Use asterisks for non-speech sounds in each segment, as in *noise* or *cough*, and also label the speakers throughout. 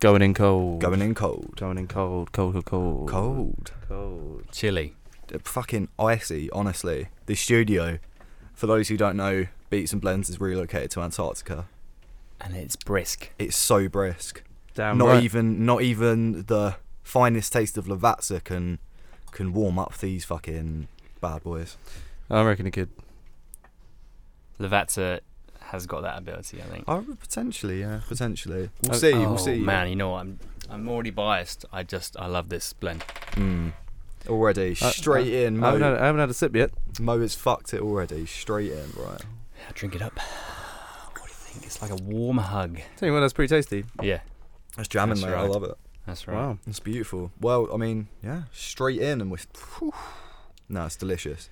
Speaker 1: Going in cold.
Speaker 2: Going in cold.
Speaker 1: Going in cold. Cold. Cold. Cold.
Speaker 2: Cold.
Speaker 1: Cold.
Speaker 3: Chilly.
Speaker 2: Uh, Fucking icy, honestly. The studio, for those who don't know, Beats and Blends is relocated to Antarctica.
Speaker 3: And it's brisk.
Speaker 2: It's so brisk.
Speaker 1: Damn
Speaker 2: not
Speaker 1: right.
Speaker 2: even not even the finest taste of Lavazza can can warm up these fucking bad boys.
Speaker 1: I reckon it could.
Speaker 3: Lavazza has got that ability, I think.
Speaker 2: Oh, potentially, yeah, potentially. We'll
Speaker 1: Oh,
Speaker 2: see.
Speaker 3: oh,
Speaker 2: we'll see.
Speaker 3: man, you know what? I'm I'm already biased. I just I love this blend.
Speaker 2: Mm. Already
Speaker 1: I-
Speaker 2: straight in.
Speaker 1: I,
Speaker 2: Mo,
Speaker 1: haven't had, I haven't had a sip yet.
Speaker 2: Mo has fucked it already. Straight in, right?
Speaker 3: Yeah, Drink it up. *sighs* What do you think? It's like a warm hug.
Speaker 1: Tell you what, that's pretty tasty.
Speaker 3: Yeah,
Speaker 2: That's jamming,
Speaker 3: That's
Speaker 2: mate. I
Speaker 3: right.
Speaker 2: love it.
Speaker 3: that's right.
Speaker 1: Wow.
Speaker 2: It's beautiful. Well, I mean, yeah, straight in and with. Whew. No, it's delicious.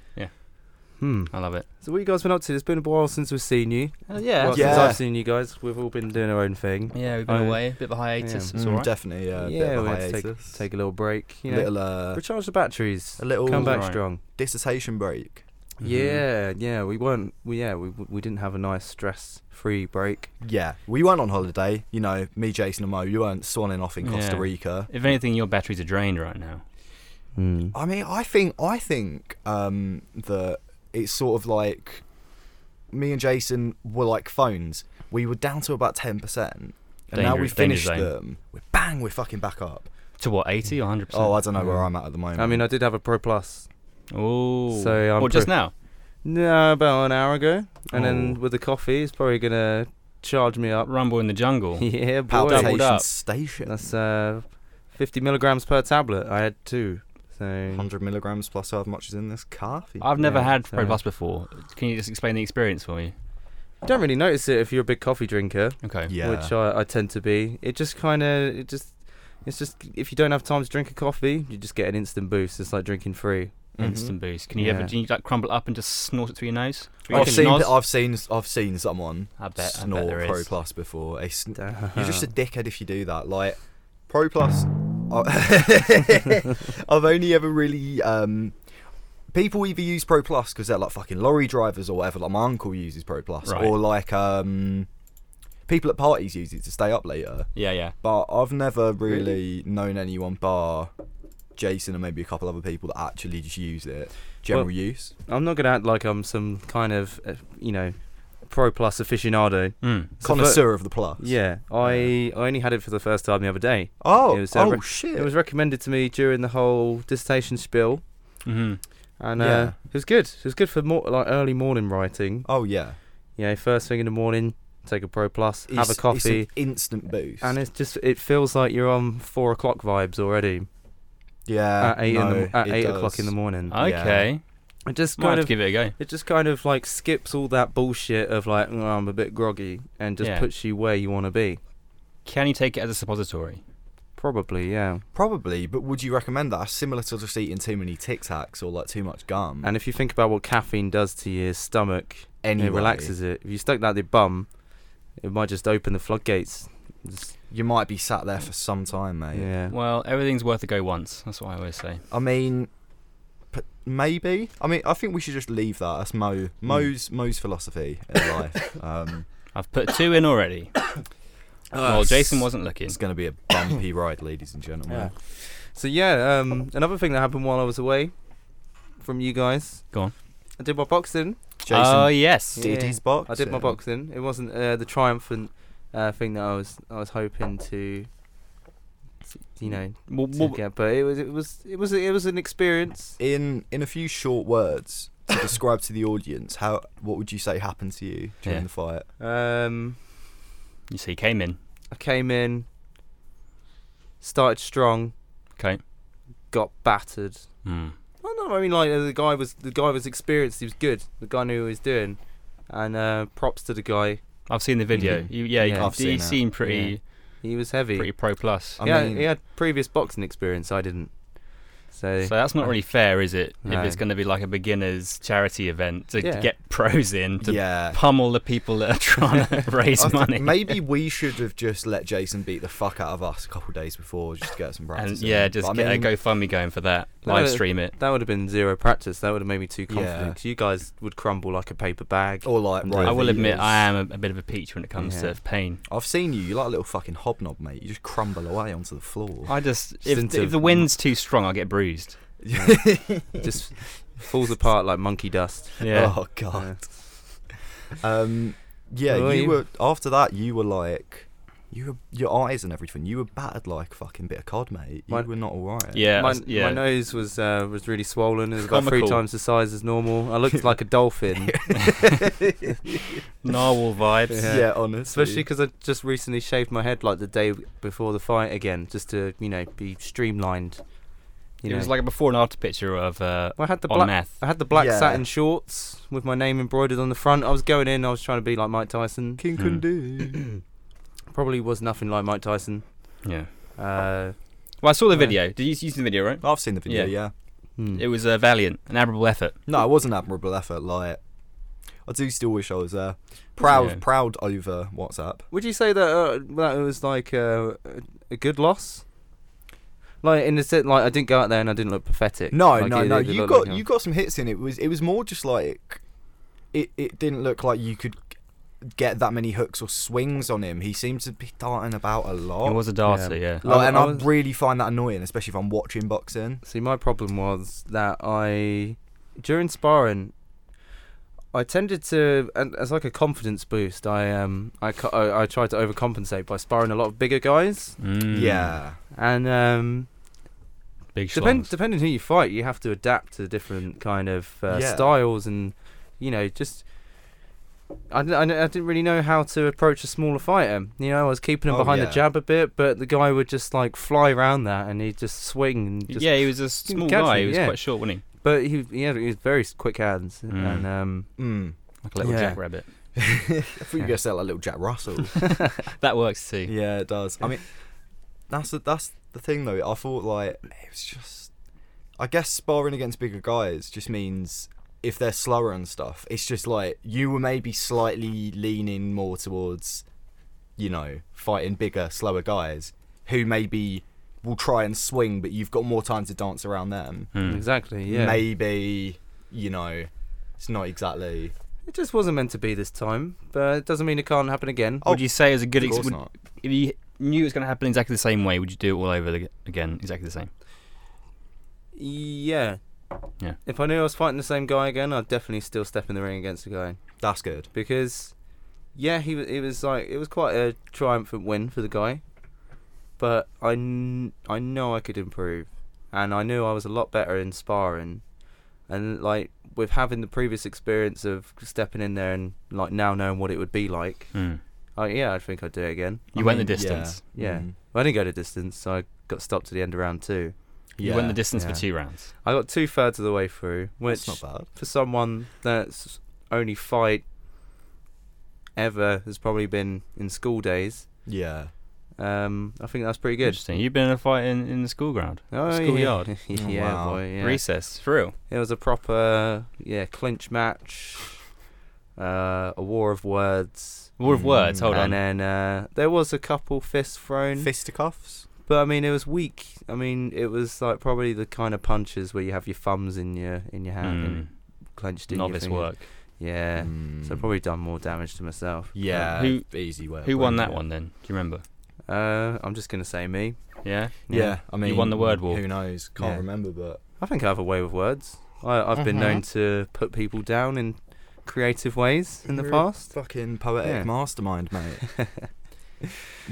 Speaker 1: Hmm.
Speaker 3: I love it.
Speaker 1: So what you guys been up to? It's been a while since we've seen you.
Speaker 3: Uh, Oh, yeah.
Speaker 1: Well,
Speaker 2: Yeah.
Speaker 1: Since I've seen you guys, we've all been doing our own thing.
Speaker 3: Yeah, we've been
Speaker 1: I-
Speaker 3: away. A bit of a hiatus.
Speaker 1: Yeah.
Speaker 3: It's
Speaker 2: Mm,
Speaker 3: alright.
Speaker 2: Definitely, yeah. bit of
Speaker 1: we
Speaker 2: a
Speaker 1: had to take-
Speaker 2: hiatus.
Speaker 1: Take, a little break. You know,
Speaker 2: little, uh,
Speaker 1: recharge the batteries.
Speaker 2: a little Mm-hmm.
Speaker 1: Come back
Speaker 3: Right.
Speaker 1: strong.
Speaker 2: dissertation break.
Speaker 3: Mhm.
Speaker 1: Yeah, yeah. We weren't. We, yeah, we we didn't have a nice stress-free break.
Speaker 2: Yeah, we weren't on holiday. You know, me, Jason, and Mo, you weren't swanning off in Costa
Speaker 3: Yeah.
Speaker 2: Rica.
Speaker 3: If anything, your batteries are drained right now.
Speaker 1: Hmm.
Speaker 2: I mean, I think I think um, that it's sort of like me and Jason were like phones. We were down to about ten percent, and now
Speaker 3: Danger-
Speaker 2: we
Speaker 3: danger
Speaker 2: finished
Speaker 3: zone.
Speaker 2: them. We're bang, we're fucking back up.
Speaker 3: To what? 80 or 100?
Speaker 2: Oh, I don't know where I'm at at the moment.
Speaker 1: I mean, I did have a Pro Plus.
Speaker 3: Oh.
Speaker 1: So, I'm
Speaker 3: or just
Speaker 1: pre-
Speaker 3: now?
Speaker 1: No, about an hour ago, and then
Speaker 3: Oh.
Speaker 1: with the coffee, it's probably gonna charge me up.
Speaker 3: Rumble in the jungle.
Speaker 1: *laughs* yeah, boy.
Speaker 3: Doubled
Speaker 2: palpitation
Speaker 3: up.
Speaker 2: station.
Speaker 1: That's uh, 50 milligrams per tablet. I had two. So
Speaker 2: 100 milligrams plus however much is in this coffee.
Speaker 3: I've never
Speaker 1: Yeah,
Speaker 3: had
Speaker 1: so-
Speaker 3: Pro Plus before. Can you just explain the experience for me?
Speaker 1: don't really notice it if you're a big coffee drinker,
Speaker 3: Okay.
Speaker 2: yeah.
Speaker 1: which I, I tend to be. It just kind of it just it's just if you don't have time to drink a coffee, you just get an instant boost. It's like drinking free.
Speaker 2: Mhm.
Speaker 3: Instant boost. Can you ever
Speaker 1: Mm-hmm. Yeah.
Speaker 3: do you like crumble it up and just snort it through your nose? Through
Speaker 2: I've
Speaker 3: your
Speaker 2: seen,
Speaker 3: schnoz?
Speaker 2: I've seen, I've seen someone
Speaker 3: I bet. I bet
Speaker 2: snort
Speaker 3: there
Speaker 2: Pro
Speaker 3: is.
Speaker 2: Plus before. A sn-
Speaker 1: Damn.
Speaker 2: You're just a dickhead if you do that. Like Pro Plus, I- *laughs* I've only ever really um, people either use Pro Plus because they're like fucking lorry drivers or whatever. Like my uncle uses Pro Plus,
Speaker 3: Right.
Speaker 2: or like um, people at parties use it to stay up later.
Speaker 3: Yeah, yeah.
Speaker 2: But I've never really, known anyone bar Jason and maybe a couple other people that actually just use it general
Speaker 1: Well-
Speaker 2: use.
Speaker 1: *laughs* I'm not gonna act like I'm some kind of uh, you know pro plus aficionado.
Speaker 3: Mm.
Speaker 1: So
Speaker 2: Connoisseur of the plus.
Speaker 1: for- yeah, I I only had it for the first time the other day.
Speaker 2: Oh.
Speaker 1: It was, uh,
Speaker 2: oh
Speaker 1: rec-
Speaker 2: shit.
Speaker 1: It was recommended to me during the whole dissertation spill,
Speaker 3: hmm
Speaker 1: and uh,
Speaker 2: Yeah.
Speaker 1: it was good. It was good for more like early morning writing.
Speaker 2: oh yeah.
Speaker 1: You know, first thing in the morning, take a Pro Plus, have
Speaker 2: It's-
Speaker 1: a
Speaker 2: it's an
Speaker 1: coffee,
Speaker 2: instant boost.
Speaker 1: and it's just it feels like you're on four o'clock vibes already
Speaker 2: Yeah,
Speaker 1: at eight in
Speaker 2: Uh, no,
Speaker 1: the, at
Speaker 2: it
Speaker 1: eight o'clock
Speaker 2: does.
Speaker 1: in the morning.
Speaker 3: Okay.
Speaker 1: It just
Speaker 3: Might
Speaker 1: kind
Speaker 3: have
Speaker 1: of
Speaker 3: to give it a go.
Speaker 1: it just kind of like skips all that bullshit of like "Oh, I'm a bit groggy and just
Speaker 3: Yeah.
Speaker 1: puts you where you want to be.
Speaker 3: Can you take it as a suppository?
Speaker 1: Probably, yeah.
Speaker 2: Probably, but would you recommend that? That's Similar to just eating too many Tic Tacs or like too much gum.
Speaker 3: Mm.
Speaker 1: And if you think about what caffeine does to your stomach,
Speaker 2: anyway,
Speaker 1: it relaxes it. If you stuck that in your bum, it might just open the floodgates. Just-
Speaker 2: You might be sat there for some time, mate.
Speaker 1: yeah.
Speaker 3: Well, everything's worth a go once. That's what I always say.
Speaker 2: I mean, p- maybe. I mean, I think we should just leave that. That's
Speaker 3: Hmm.
Speaker 2: Mo. Mo's Mo's philosophy
Speaker 3: *laughs*
Speaker 2: in life. Um,
Speaker 3: I've put two
Speaker 2: *laughs*
Speaker 3: in already. well, Jason wasn't looking.
Speaker 2: it's going to be a bumpy ride, ladies and gentlemen.
Speaker 1: Yeah. So yeah, um, another thing that happened while I was away from you guys.
Speaker 3: Go on.
Speaker 1: I did my boxing.
Speaker 2: Jason
Speaker 3: Oh yes.
Speaker 2: did
Speaker 1: Yeah.
Speaker 2: his box.
Speaker 1: I did my boxing. It wasn't uh, the triumphant uh, thing that I was I was hoping to, to, you know,
Speaker 3: Well,
Speaker 1: to
Speaker 3: well,
Speaker 1: get, but it was it was it was it was an experience.
Speaker 2: In in a few short words, to describe to the audience how what would you say happened to you during
Speaker 3: Yeah.
Speaker 2: the fight?
Speaker 1: Um,
Speaker 3: you see, came in.
Speaker 1: I came in, started strong,
Speaker 3: Okay.
Speaker 1: got battered.
Speaker 3: Mm.
Speaker 1: I don't know. I mean, like uh, the guy was the guy was experienced. He was good. The guy knew what he was doing, and uh, props to the guy.
Speaker 3: I've seen the video.
Speaker 2: Mhm.
Speaker 3: You, yeah,
Speaker 1: Yeah.
Speaker 3: you
Speaker 2: I've seen
Speaker 3: you
Speaker 2: that.
Speaker 3: seem pretty
Speaker 1: He was heavy.
Speaker 3: pretty pro plus.
Speaker 2: I
Speaker 1: yeah,
Speaker 2: mean-
Speaker 1: he had previous boxing experience. I didn't. So,
Speaker 3: So that's not really fair, is it?
Speaker 1: No.
Speaker 3: If it's going to be like a beginners charity event to
Speaker 1: Yeah.
Speaker 3: get *laughs* pros in to
Speaker 2: yeah.
Speaker 3: pummel the people that are trying to raise
Speaker 2: I think
Speaker 3: money.
Speaker 2: Maybe we should have just let Jason beat the fuck out of us a couple of days before just to get some
Speaker 3: and
Speaker 2: practice. in.
Speaker 3: yeah, just
Speaker 2: But I
Speaker 3: get
Speaker 2: mean,
Speaker 3: a GoFundMe going for that.
Speaker 1: No,
Speaker 3: Live
Speaker 1: it-
Speaker 3: stream it.
Speaker 1: that would have been zero practice. That would have made me too confident.
Speaker 2: Yeah.
Speaker 1: 'cause you guys would crumble like a paper bag.
Speaker 2: Or like,
Speaker 1: I
Speaker 2: right,
Speaker 3: I will
Speaker 2: the
Speaker 3: admit,
Speaker 2: years.
Speaker 3: I am a, a bit of a peach when it comes
Speaker 1: Yeah.
Speaker 3: to pain.
Speaker 2: I've seen you. You're like a little fucking hobnob, mate. You just crumble away onto the floor.
Speaker 3: I just
Speaker 1: Stint
Speaker 3: if,
Speaker 1: of-
Speaker 3: if the wind's too strong, I get bruised.
Speaker 1: It just falls apart like monkey dust.
Speaker 3: *laughs* Yeah.
Speaker 2: Oh god. Um, yeah,
Speaker 1: Well,
Speaker 2: you,
Speaker 1: you-
Speaker 2: were after that. You were like, you were your eyes and everything. You were battered like a fucking bit of cod, mate. You
Speaker 1: My-
Speaker 2: were not alright.
Speaker 3: Yeah,
Speaker 1: my,
Speaker 3: that's- yeah.
Speaker 1: my nose was uh, was really swollen. It was about three
Speaker 3: Comical.
Speaker 1: times the size as normal. I looked like a
Speaker 3: *laughs*
Speaker 1: dolphin, *laughs*
Speaker 3: Narwhal vibes.
Speaker 1: Yeah.
Speaker 2: yeah, honestly.
Speaker 1: especially
Speaker 2: *laughs*
Speaker 1: because I just recently shaved my head like the day before the fight again, just to you know be streamlined. You
Speaker 3: It
Speaker 1: know.
Speaker 3: was like a before and after picture of uh,
Speaker 1: Well, I had the
Speaker 3: on
Speaker 1: black.
Speaker 3: meth.
Speaker 1: I had the black
Speaker 2: Yeah.
Speaker 1: satin shorts with my name embroidered on the front. I was going in. I was trying to be like Mike Tyson.
Speaker 2: King
Speaker 3: Hmm.
Speaker 2: Kundu.
Speaker 1: Probably was nothing like Mike Tyson.
Speaker 3: Yeah.
Speaker 1: Uh,
Speaker 3: Well, I saw the
Speaker 1: Right.
Speaker 3: video. Did you see the video? Right.
Speaker 2: I've seen the video.
Speaker 3: Yeah.
Speaker 2: yeah.
Speaker 1: hmm.
Speaker 3: It was a valiant, an admirable effort.
Speaker 2: No, it was an admirable effort. Like, I do still wish I was there. Proud,
Speaker 3: Yeah.
Speaker 2: proud over WhatsApp.
Speaker 1: Would you say that uh, that it was like uh, a- a good loss? Like in the sense, like I didn't go out there and I didn't look pathetic.
Speaker 2: No,
Speaker 1: Like,
Speaker 2: no,
Speaker 1: it-
Speaker 2: no.
Speaker 1: it
Speaker 2: You
Speaker 1: looked
Speaker 2: got
Speaker 1: like,
Speaker 2: you got some hits in. It was it was more just like, it it didn't look like you could get that many hooks or swings on him. He seemed to be darting about a lot.
Speaker 3: It was a darter, yeah.
Speaker 1: I-
Speaker 2: Like, and
Speaker 1: I
Speaker 2: I,
Speaker 1: was-
Speaker 2: really find that annoying, especially if I'm watching boxing.
Speaker 1: See, my problem was that I, during sparring, I tended to, and as like a confidence boost, I um, I, cu- I, I tried to overcompensate by sparring a lot of bigger guys,
Speaker 3: Mm.
Speaker 2: Yeah.
Speaker 1: and um,
Speaker 3: Big
Speaker 1: depend,
Speaker 3: schlongs.
Speaker 1: depending who you fight, you have to adapt to different kind of uh,
Speaker 2: Yeah.
Speaker 1: styles, and you know, just. I, didn't- I, didn't- I didn't really know how to approach a smaller fighter. You know, I was keeping him
Speaker 2: Oh,
Speaker 1: behind
Speaker 2: yeah.
Speaker 1: the jab a bit, but the guy would just like fly around that and he'd just swing and just
Speaker 3: yeah, he was a small
Speaker 1: catch
Speaker 3: guy.
Speaker 1: me,
Speaker 3: He was
Speaker 1: yeah.
Speaker 3: quite short, wasn't
Speaker 1: But he he had he had very s- quick hands
Speaker 3: Mm.
Speaker 1: and um
Speaker 2: *laughs* Mm.
Speaker 3: he? Like a little
Speaker 1: Yeah.
Speaker 3: jackrabbit.
Speaker 2: I thought you were gonna say like little Jack Russell.
Speaker 3: That works too.
Speaker 2: yeah, it does. I mean, that's the, that's the thing though. I thought like it was just, I guess sparring against bigger guys just means if they're slower and stuff, it's just like you were maybe slightly leaning more towards, you know, fighting bigger, slower guys who maybe will try and swing, but you've got more time to dance around them.
Speaker 3: Hmm.
Speaker 1: exactly yeah
Speaker 2: Maybe you know, it's not exactly.
Speaker 1: it just wasn't meant to be this time but it doesn't mean it can't happen again
Speaker 2: Oh,
Speaker 3: Would you say it was a good
Speaker 2: Of
Speaker 3: ex-
Speaker 2: course
Speaker 3: would-
Speaker 2: not.
Speaker 3: If you knew it was going to happen exactly the same way, would you do it all over the, again, exactly the same?
Speaker 1: yeah
Speaker 3: Yeah.
Speaker 1: if I knew I was fighting the same guy again I'd definitely still step in the ring against the guy
Speaker 2: That's good.
Speaker 1: because yeah he wa- it was like it was quite a triumphant win for the guy but I kn- I know I could improve and I knew I was a lot better in sparring and like with having the previous experience of stepping in there and like now knowing what it would be like
Speaker 3: Hmm.
Speaker 1: Oh yeah, I think I'd do it again.
Speaker 3: You
Speaker 2: I
Speaker 3: went
Speaker 2: mean,
Speaker 3: the
Speaker 2: yeah.
Speaker 3: distance.
Speaker 1: Yeah.
Speaker 2: Mm.
Speaker 1: Well, I didn't go to distance, so I got stopped at the end of round two.
Speaker 3: You went
Speaker 2: Yeah.
Speaker 3: the distance
Speaker 1: yeah.
Speaker 3: for two rounds.
Speaker 1: I got two thirds of the way through,
Speaker 2: That's
Speaker 1: which
Speaker 2: not bad.
Speaker 1: for someone that's only fight ever has probably been in school days.
Speaker 2: Yeah.
Speaker 1: Um, I think that's pretty good.
Speaker 3: Interesting. You've been in a fight in, in the school ground,
Speaker 1: Oh,
Speaker 3: Schoolyard.
Speaker 1: Yeah, *laughs*
Speaker 2: Oh,
Speaker 1: yeah
Speaker 2: wow.
Speaker 1: boy. Yeah.
Speaker 3: recess, for real.
Speaker 1: It was a proper yeah clinch match, uh, a war of words,
Speaker 3: War of words.
Speaker 2: Mm.
Speaker 3: Hold
Speaker 1: and
Speaker 3: on.
Speaker 1: then uh, there was a couple fists thrown.
Speaker 2: Fisticuffs.
Speaker 1: But I mean, it was weak. I mean, it was like probably the kind of punches where you have your thumbs in your in your hand and
Speaker 3: Mm.
Speaker 1: clenched in
Speaker 3: Novice
Speaker 1: your finger.
Speaker 3: work.
Speaker 1: Yeah. So
Speaker 2: Mm.
Speaker 1: I've probably uh, done more damage to myself.
Speaker 2: Yeah.
Speaker 3: Hmm. Who-
Speaker 2: easy way. of
Speaker 3: Who won
Speaker 2: putting
Speaker 3: that
Speaker 2: it.
Speaker 3: one then? Do you remember?
Speaker 1: Uh, I'm just gonna say me.
Speaker 3: Yeah.
Speaker 2: Yeah. I mean,
Speaker 3: won the word war.
Speaker 2: Who knows? Can't
Speaker 1: Yeah.
Speaker 2: remember,
Speaker 1: *laughs*
Speaker 2: but
Speaker 1: I think I have a way with words. I, I've been
Speaker 2: Mhm.
Speaker 1: known
Speaker 3: Mm-hmm.
Speaker 1: to put people down in creative ways in the
Speaker 2: You're a
Speaker 1: past.
Speaker 2: fucking poetic
Speaker 1: Yeah. *laughs*
Speaker 2: mastermind, mate.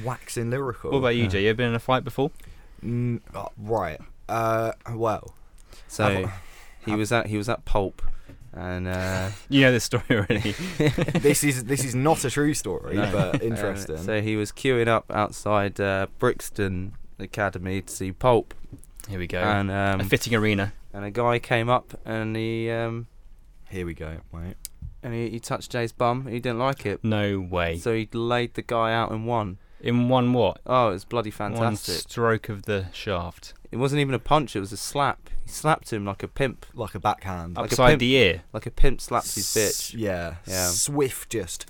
Speaker 2: Waxing lyrical.
Speaker 3: What about you,
Speaker 1: Yeah.
Speaker 3: Jay? You ever been in a fight before? *laughs*
Speaker 2: Mm, oh, right. Uh, well,
Speaker 1: So he was at he was at pulp, and
Speaker 2: *laughs*
Speaker 1: uh,
Speaker 3: You know this story already. *laughs*
Speaker 2: this is this is not a true story,
Speaker 3: No.
Speaker 1: *laughs*
Speaker 2: but
Speaker 1: uh,
Speaker 2: interesting.
Speaker 1: so he was queuing up outside uh, Brixton Academy to see Pulp,
Speaker 3: Here we go.
Speaker 1: and um,
Speaker 3: a fitting arena.
Speaker 1: and a guy came up and he um
Speaker 2: Here we go. Wait.
Speaker 1: and he, he touched Jay's bum. He didn't like it,
Speaker 3: No way.
Speaker 1: so he laid the guy out in one.
Speaker 3: In one what?
Speaker 1: Oh, it was bloody
Speaker 3: One
Speaker 1: fantastic.
Speaker 3: stroke of the shaft.
Speaker 1: It wasn't even a punch, it was a slap. He slapped him like a pimp.
Speaker 2: Like a backhand.
Speaker 1: Like a
Speaker 3: Upside
Speaker 1: pimp.
Speaker 3: the ear.
Speaker 1: Like a pimp slaps his
Speaker 2: S-
Speaker 1: bitch.
Speaker 2: Yeah.
Speaker 1: Yeah.
Speaker 2: Swift just.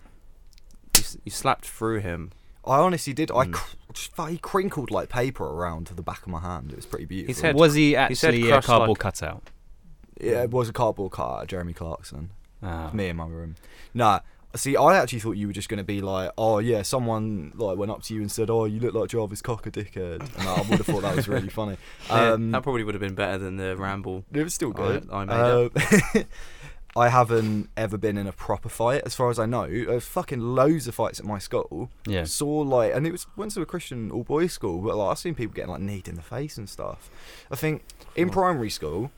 Speaker 1: You, s- you slapped through him.
Speaker 2: I honestly did. I
Speaker 1: Mm.
Speaker 2: cr- just fu- he crinkled like paper around to the back of my hand. It was pretty beautiful.
Speaker 1: His head-
Speaker 3: Was he
Speaker 1: he said
Speaker 3: actually a
Speaker 1: crushed
Speaker 3: cardboard
Speaker 1: like-
Speaker 3: cutout?
Speaker 2: Yeah, it was a cardboard car. Jeremy Clarkson.
Speaker 3: Ah.
Speaker 2: Me in my room. Nah. See, I actually thought you were just gonna be like, oh yeah, someone like went up to you and said, oh, you look like Jarvis Cocker, dickhead. And I would have thought that was
Speaker 1: *laughs*
Speaker 2: really funny.
Speaker 1: Um, that probably would have been better than the ramble.
Speaker 2: It was still
Speaker 1: I-
Speaker 2: good.
Speaker 1: I made
Speaker 2: Um, *laughs* I haven't ever been in a proper fight, as far as I know. There's fucking loads of fights at my school.
Speaker 3: Yeah.
Speaker 2: Saw like, and it was went to a Christian all boys school, but like I've seen people getting like kneed in the face and stuff. I think in
Speaker 1: Oh.
Speaker 2: primary school,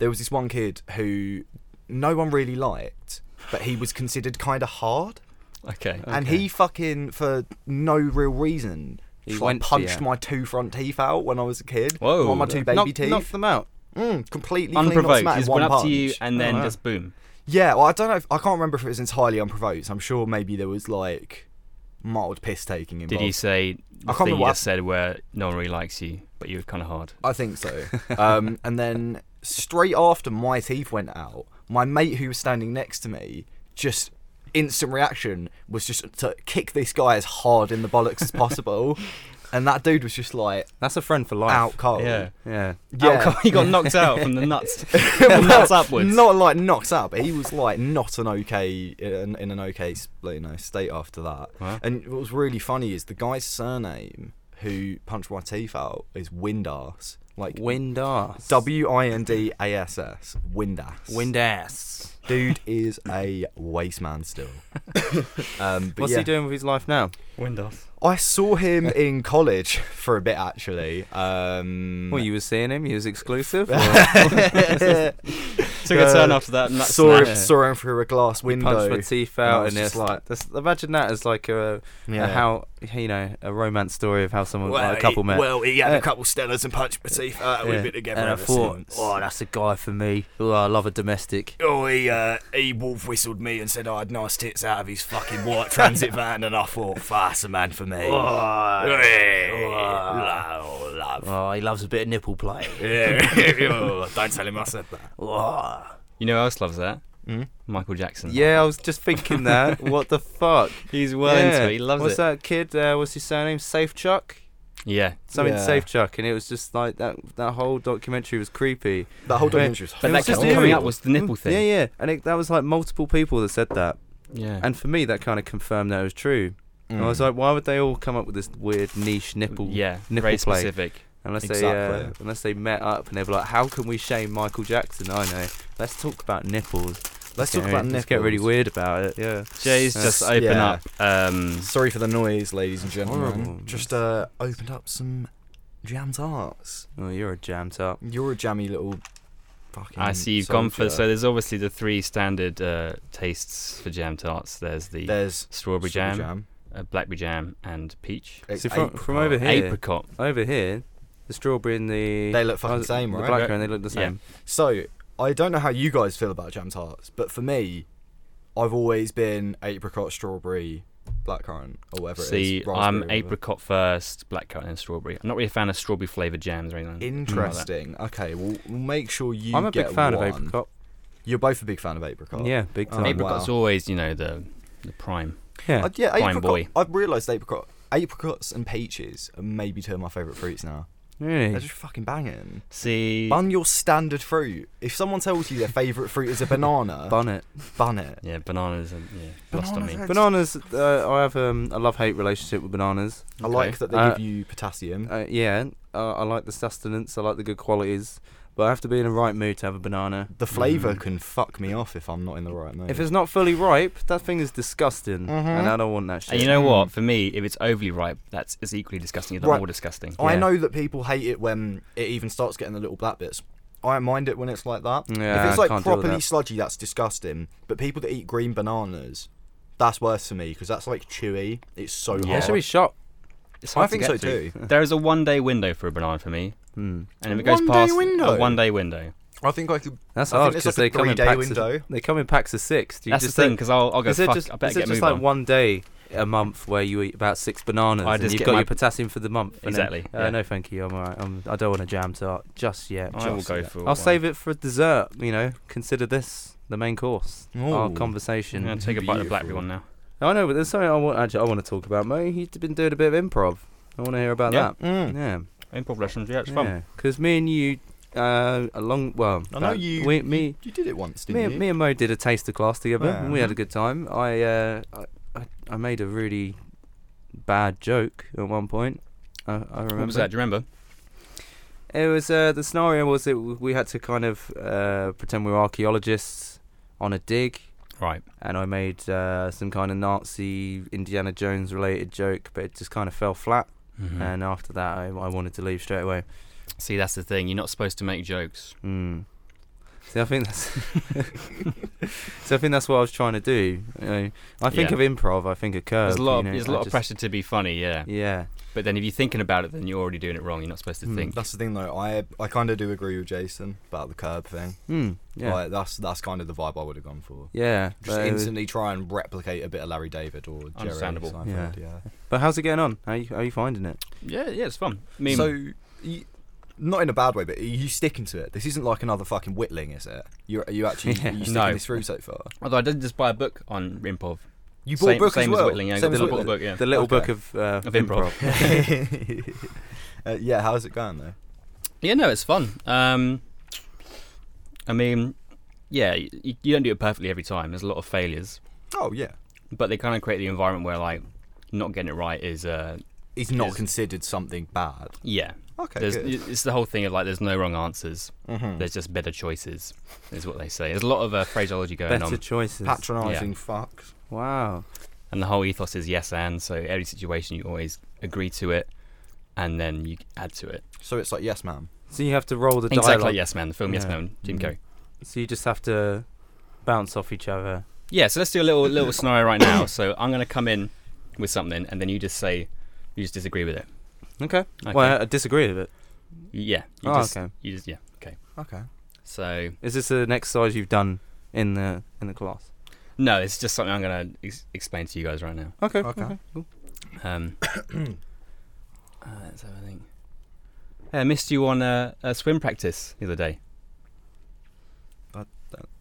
Speaker 2: there was this one kid who no one really liked, but he was considered kind of hard,
Speaker 3: Okay.
Speaker 2: and
Speaker 1: Okay.
Speaker 2: he fucking for no real reason.
Speaker 1: He
Speaker 2: like,
Speaker 1: went to
Speaker 2: punched
Speaker 1: you.
Speaker 2: my two front teeth out when I was a kid.
Speaker 3: Whoa.
Speaker 2: One of my two baby
Speaker 1: Knock-
Speaker 2: teeth.
Speaker 1: Knocked them out.
Speaker 2: Mm, completely clean, not
Speaker 3: Unprovoked.
Speaker 2: smattered,
Speaker 3: He just
Speaker 2: one
Speaker 3: went up
Speaker 2: punch.
Speaker 3: to you and then
Speaker 1: Oh, wow.
Speaker 3: just boom.
Speaker 2: Yeah, well, I don't know. If, I can't remember if it was entirely unprovoked. I'm sure maybe there was like mild piss taking involved.
Speaker 3: Did he say
Speaker 2: can't
Speaker 3: the thing
Speaker 2: remember
Speaker 3: you
Speaker 2: what
Speaker 3: just said where no one really likes you, but you were kind of hard?
Speaker 2: I think so.
Speaker 3: *laughs*
Speaker 2: um, and then straight after my teeth went out, my mate who was standing next to me just instant reaction was just to kick this guy as hard in the bollocks as
Speaker 3: *laughs*
Speaker 2: possible. And that dude was just like
Speaker 1: That's a friend for life.
Speaker 2: out cold.
Speaker 3: Yeah.
Speaker 1: Yeah.
Speaker 2: Oh, Yeah.
Speaker 3: Alcohol- Oh,
Speaker 2: *laughs*
Speaker 3: he got knocked out from
Speaker 1: *laughs*
Speaker 3: the nuts. *laughs* from the nuts upwards.
Speaker 2: Not like knocked out, but he was like not an okay in, in an okay s- like, you know state after that.
Speaker 3: Wow.
Speaker 2: And what was really funny is the guy's surname who punched my teeth out is Windass, like
Speaker 1: Wind ass.
Speaker 2: W I N D A S S, Windass.
Speaker 1: Wind ass.
Speaker 2: Dude is a waste
Speaker 1: *laughs*
Speaker 2: man still. um, but
Speaker 1: What's
Speaker 2: yeah.
Speaker 1: he doing with his life now?
Speaker 3: Wind off.
Speaker 2: I saw him in college for a bit actually. Um, *laughs*
Speaker 1: Well, you were seeing him. He was exclusive. *laughs* or- Uh,
Speaker 3: Took a turn after that and that
Speaker 2: saw, him,
Speaker 3: snap.
Speaker 2: saw him through a glass window.
Speaker 1: Punched my teeth
Speaker 2: And I
Speaker 1: out,
Speaker 2: was
Speaker 1: and,
Speaker 2: just
Speaker 1: it's
Speaker 2: like-
Speaker 1: like that's, imagine that as like a, a how you know a romance story of how someone like a couple
Speaker 2: he,
Speaker 1: met.
Speaker 2: Well, he had
Speaker 1: Yeah.
Speaker 2: a couple Stellas and punched my teeth out. and
Speaker 1: Yeah.
Speaker 2: We've been together
Speaker 1: and I
Speaker 2: ever
Speaker 1: thought,
Speaker 2: since.
Speaker 1: oh, that's a guy for me. Oh, I love a domestic.
Speaker 2: Oh, he, uh, he wolf whistled me and said I had nice tits out of his fucking
Speaker 1: *laughs*
Speaker 2: white transit van, and I thought, fast a man for me. Hey, lo- love.
Speaker 1: Oh, he loves a bit of nipple play.
Speaker 2: Yeah. Oh, Don't tell him I said that.
Speaker 1: Oh.
Speaker 3: You know who else loves that?
Speaker 2: Mm.
Speaker 3: Michael Jackson.
Speaker 1: Yeah, I was *laughs* just thinking that. what the fuck?
Speaker 3: He's well
Speaker 1: yeah.
Speaker 3: into it. He loves
Speaker 1: what's
Speaker 3: it.
Speaker 1: that kid? Uh, what's his surname? Safe Chuck.
Speaker 3: Yeah.
Speaker 1: Something
Speaker 2: Yeah.
Speaker 1: Safe Chuck, and it was just like that. That whole documentary was creepy.
Speaker 2: That whole
Speaker 1: But-
Speaker 2: documentary was
Speaker 3: But
Speaker 1: It
Speaker 3: that
Speaker 1: was
Speaker 3: kept
Speaker 1: just
Speaker 3: coming
Speaker 1: evil.
Speaker 3: up was the nipple thing.
Speaker 1: Yeah, yeah, and it, that was like multiple people that said that,
Speaker 3: Yeah.
Speaker 1: and for me, that kind of confirmed that it was true.
Speaker 2: Mm.
Speaker 1: I
Speaker 3: Mm.
Speaker 1: was like, why would they all come up with this weird niche nipple?
Speaker 3: yeah.
Speaker 1: nipple
Speaker 3: very
Speaker 1: play.
Speaker 3: specific.
Speaker 1: Unless they uh,
Speaker 2: Exactly.
Speaker 1: unless they met up and they were like, how can we shame Michael Jackson? I know. Let's talk about nipples.
Speaker 2: Let's
Speaker 1: get
Speaker 2: talk about
Speaker 1: really- Let's get really
Speaker 2: nipples.
Speaker 1: weird about it. Yeah. Uh,
Speaker 3: Jay's
Speaker 1: That's-
Speaker 3: just open
Speaker 2: yeah.
Speaker 3: up. Um,
Speaker 2: Sorry for the noise, ladies and
Speaker 1: gentlemen. Horrible.
Speaker 3: Oh.
Speaker 2: Just uh, opened up some jam tarts.
Speaker 1: Oh, you're a jammed up.
Speaker 2: You're a jammy little fucking.
Speaker 3: I see you've gone for. So there's obviously the three standard uh, tastes for jam tarts. There's the
Speaker 2: there's
Speaker 3: strawberry jam, Uh, blackberry jam, and peach.
Speaker 1: See, from, from over here,
Speaker 3: Apricot.
Speaker 1: over here, the strawberry and the
Speaker 2: They look fucking
Speaker 1: oh,
Speaker 2: same,
Speaker 1: the
Speaker 2: right?
Speaker 1: blackberry and they look the
Speaker 3: Yeah.
Speaker 1: same.
Speaker 2: So I don't know how you guys feel about jam tarts, but for me, I've always been apricot, strawberry, blackcurrant, or whatever
Speaker 3: See,
Speaker 2: it is. raspberry,
Speaker 3: I'm
Speaker 2: whatever.
Speaker 3: apricot first, blackcurrant, and strawberry. I'm not really a fan of strawberry flavored jams or anything. Like that.
Speaker 2: Interesting. okay, well, we'll make sure you.
Speaker 1: I'm a
Speaker 2: get
Speaker 1: big fan
Speaker 2: one.
Speaker 1: of apricot.
Speaker 2: You're both a big fan of apricot.
Speaker 1: Yeah, big
Speaker 2: Oh,
Speaker 1: time.
Speaker 2: apricot.
Speaker 3: Apricot's
Speaker 2: wow.
Speaker 3: always, you know, the the prime.
Speaker 1: Yeah.
Speaker 2: I, Uh, yeah
Speaker 3: Fine
Speaker 2: apricot.
Speaker 3: boy.
Speaker 2: I've realised apricot, apricots and peaches are maybe two of my favourite fruits now. They're
Speaker 1: really.
Speaker 2: just fucking banging.
Speaker 3: See,
Speaker 2: Bun your standard fruit. If someone tells you their favourite fruit is a banana, bun,
Speaker 1: Bun it.
Speaker 2: it.
Speaker 3: yeah, bananas, and, yeah, lost on me.
Speaker 2: Bananas
Speaker 1: Bananas.
Speaker 2: are-
Speaker 1: Uh, I have um, a love hate relationship with bananas.
Speaker 2: I like that they
Speaker 1: Uh,
Speaker 2: give you potassium.
Speaker 1: Uh, yeah, uh, I like the sustenance. I like the good qualities, but I have to be in the right mood to have a banana.
Speaker 2: The flavour
Speaker 3: Mm.
Speaker 2: can fuck me off if I'm not in the right mood.
Speaker 1: If it's not fully ripe, that thing is disgusting, and
Speaker 2: Mhm.
Speaker 1: I don't want that shit.
Speaker 3: And you know what? For me, if it's overly ripe, that's it's equally disgusting. It's
Speaker 2: Right. Oh,
Speaker 3: all disgusting.
Speaker 2: I
Speaker 1: Yeah.
Speaker 2: know that people hate it when it even starts getting the little black bits. I don't mind it when it's like that.
Speaker 1: Yeah,
Speaker 2: if it's
Speaker 1: I
Speaker 2: like
Speaker 1: can't deal with
Speaker 2: properly
Speaker 1: that.
Speaker 2: sludgy, that's disgusting. But people that eat green bananas, that's worse for me because that's like chewy. It's so
Speaker 3: Yeah.
Speaker 1: I
Speaker 2: hard.
Speaker 1: should be shot.
Speaker 3: It's
Speaker 2: I
Speaker 3: hard to
Speaker 2: think
Speaker 3: get
Speaker 2: so
Speaker 3: through.
Speaker 2: too.
Speaker 3: There is a one-day window for a banana for me,
Speaker 1: Hmm.
Speaker 3: and if
Speaker 2: A
Speaker 3: it goes
Speaker 2: one-day
Speaker 3: past
Speaker 2: window?
Speaker 3: a one-day window,
Speaker 2: I think I could.
Speaker 1: That's
Speaker 2: I
Speaker 1: hard
Speaker 2: think there's,
Speaker 1: because Oh,
Speaker 2: like, a
Speaker 1: they come in
Speaker 2: three-day
Speaker 1: packs.
Speaker 2: window.
Speaker 1: Of, they come in packs of six. Do you
Speaker 3: that's the
Speaker 1: just
Speaker 3: thing.
Speaker 1: don't-
Speaker 3: Because I'll, I'll go.
Speaker 1: Is it
Speaker 3: Fuck,
Speaker 1: just,
Speaker 3: I better
Speaker 1: is it
Speaker 3: get
Speaker 1: just
Speaker 3: moved
Speaker 1: like
Speaker 3: on.
Speaker 1: one day a month where you eat about six bananas
Speaker 3: I
Speaker 1: and
Speaker 3: just
Speaker 1: you've
Speaker 3: get
Speaker 1: got
Speaker 3: my-
Speaker 1: your potassium for the month. and then-
Speaker 3: Exactly,
Speaker 1: uh,
Speaker 3: yeah.
Speaker 1: No, thank you. I'm alright. I'm, I don't want a jam tart just yet.
Speaker 3: I will
Speaker 1: just
Speaker 3: go
Speaker 1: yet.
Speaker 3: for.
Speaker 1: I'll save it for dessert. You know, consider this the main course. Our
Speaker 2: Ooh.
Speaker 3: I'm
Speaker 1: conversation.
Speaker 3: gonna take a bite of the blackberry
Speaker 2: Beautiful.
Speaker 3: one now.
Speaker 1: I know, Oh, but there's something I want. Actually, I want to talk about. Mo, you've been doing a bit of improv. I want to hear about
Speaker 3: Yeah.
Speaker 1: that.
Speaker 2: Mm.
Speaker 1: Yeah.
Speaker 3: Improv lessons, yeah, it's fun.
Speaker 1: Yeah, because me and you, uh, along well,
Speaker 2: I know
Speaker 1: uh,
Speaker 2: you.
Speaker 1: we,
Speaker 2: you-
Speaker 1: me,
Speaker 2: You did it once,
Speaker 1: me,
Speaker 2: didn't
Speaker 1: and-
Speaker 2: you?
Speaker 1: me and Mo did a taster class together,
Speaker 2: Yeah.
Speaker 1: and we had a good time. I, uh, I- I, I made a really bad joke at one point. I, I remember.
Speaker 3: What was that? Do you remember?
Speaker 1: It was uh, the scenario was that w- we had to kind of uh, pretend we were archaeologists on a dig,
Speaker 3: Right.
Speaker 1: and I made uh, some kind of Nazi Indiana Jones related joke, but it just kind of fell flat.
Speaker 3: Mm-hmm.
Speaker 1: And after that, I, I wanted to leave straight away.
Speaker 3: See, that's the thing. You're not supposed to make jokes.
Speaker 1: Mm. See, I think that's. *laughs* so I think that's what I was trying to do. You know, I think
Speaker 3: Yeah.
Speaker 1: of improv. I think of curve.
Speaker 3: There's a lot.
Speaker 1: you know,
Speaker 3: of, there's a
Speaker 1: Oh, I
Speaker 3: lot of
Speaker 1: just-
Speaker 3: pressure to be funny, yeah.
Speaker 1: Yeah.
Speaker 3: But then if you're thinking about it, then you're already doing it wrong. You're not supposed to
Speaker 1: Hmm,
Speaker 3: think.
Speaker 2: That's the thing, though. I I kind of do agree with Jason about the curb thing.
Speaker 1: Mm, yeah.
Speaker 2: Like that's that's kind of the vibe I would have gone for.
Speaker 1: Yeah.
Speaker 2: Just
Speaker 1: but, it was-
Speaker 2: instantly try and replicate a bit of Larry David or Jerry
Speaker 3: Understandable.
Speaker 2: Seinfeld, yeah.
Speaker 1: but how's it getting on? How you, how you finding it?
Speaker 3: Yeah, yeah, it's fun. I mean,
Speaker 2: so, you, not in a bad way, but are you sticking to it? This isn't like another fucking whittling, is it? You're are you
Speaker 3: *laughs*
Speaker 2: actually
Speaker 1: Yeah.
Speaker 2: are you sticking
Speaker 3: No.
Speaker 2: this through so far?
Speaker 3: although I did just buy a book on improv.
Speaker 2: You bought
Speaker 3: same,
Speaker 2: books
Speaker 3: same
Speaker 2: as well.
Speaker 3: Whittling, yeah.
Speaker 2: Same
Speaker 3: I
Speaker 2: as
Speaker 3: bought a
Speaker 2: Whittling.
Speaker 3: book, yeah.
Speaker 1: The little
Speaker 2: Okay.
Speaker 1: book of uh,
Speaker 3: Of improv.
Speaker 2: *laughs* uh, yeah, how's it going though?
Speaker 3: Yeah, no, it's fun. Um, I mean, yeah, you, you don't do it perfectly every time. There's a lot of failures,
Speaker 2: Oh yeah,
Speaker 3: but they kind of create the environment where like not getting it right is uh,
Speaker 2: it's not
Speaker 3: It's-
Speaker 2: considered something bad.
Speaker 3: yeah.
Speaker 2: Okay,
Speaker 3: There's,
Speaker 2: good.
Speaker 3: it's the whole thing of like there's no wrong answers.
Speaker 1: Mm.
Speaker 2: Mhm.
Speaker 3: There's just better choices, is what they say. There's a lot of uh, phraseology going
Speaker 1: Better
Speaker 3: on,
Speaker 1: choices.
Speaker 2: Patronising fucks.
Speaker 1: Wow.
Speaker 3: and the whole ethos is yes and. So every situation you always agree to it, and then you add to it.
Speaker 2: So it's like yes, ma'am.
Speaker 1: So you have to roll the
Speaker 3: Exactly,
Speaker 1: dialogue.
Speaker 3: like Yes Man, the film Yes
Speaker 1: Yeah. Mm-hmm.
Speaker 3: Man, Jim
Speaker 2: Mm.
Speaker 3: Carrey.
Speaker 1: So you just have to bounce off each other.
Speaker 3: Yeah, so let's do a little little *coughs* scenario right now. So I'm gonna come in with something, and then you just say you just disagree with it.
Speaker 1: Okay.
Speaker 3: Okay.
Speaker 1: Well, I disagree with it.
Speaker 3: yeah. You
Speaker 1: uh, Oh,
Speaker 3: just,
Speaker 1: okay.
Speaker 3: You just yeah. Okay.
Speaker 2: Okay.
Speaker 3: So
Speaker 1: Is this an exercise you've done in the in the class?
Speaker 3: no, it's just something I'm gonna ex- explain to you guys right now.
Speaker 1: Okay.
Speaker 2: Okay.
Speaker 1: *laughs* cool.
Speaker 3: Um, *coughs* uh, let's have a think. Hey, I missed you on a, a swim practice the other day.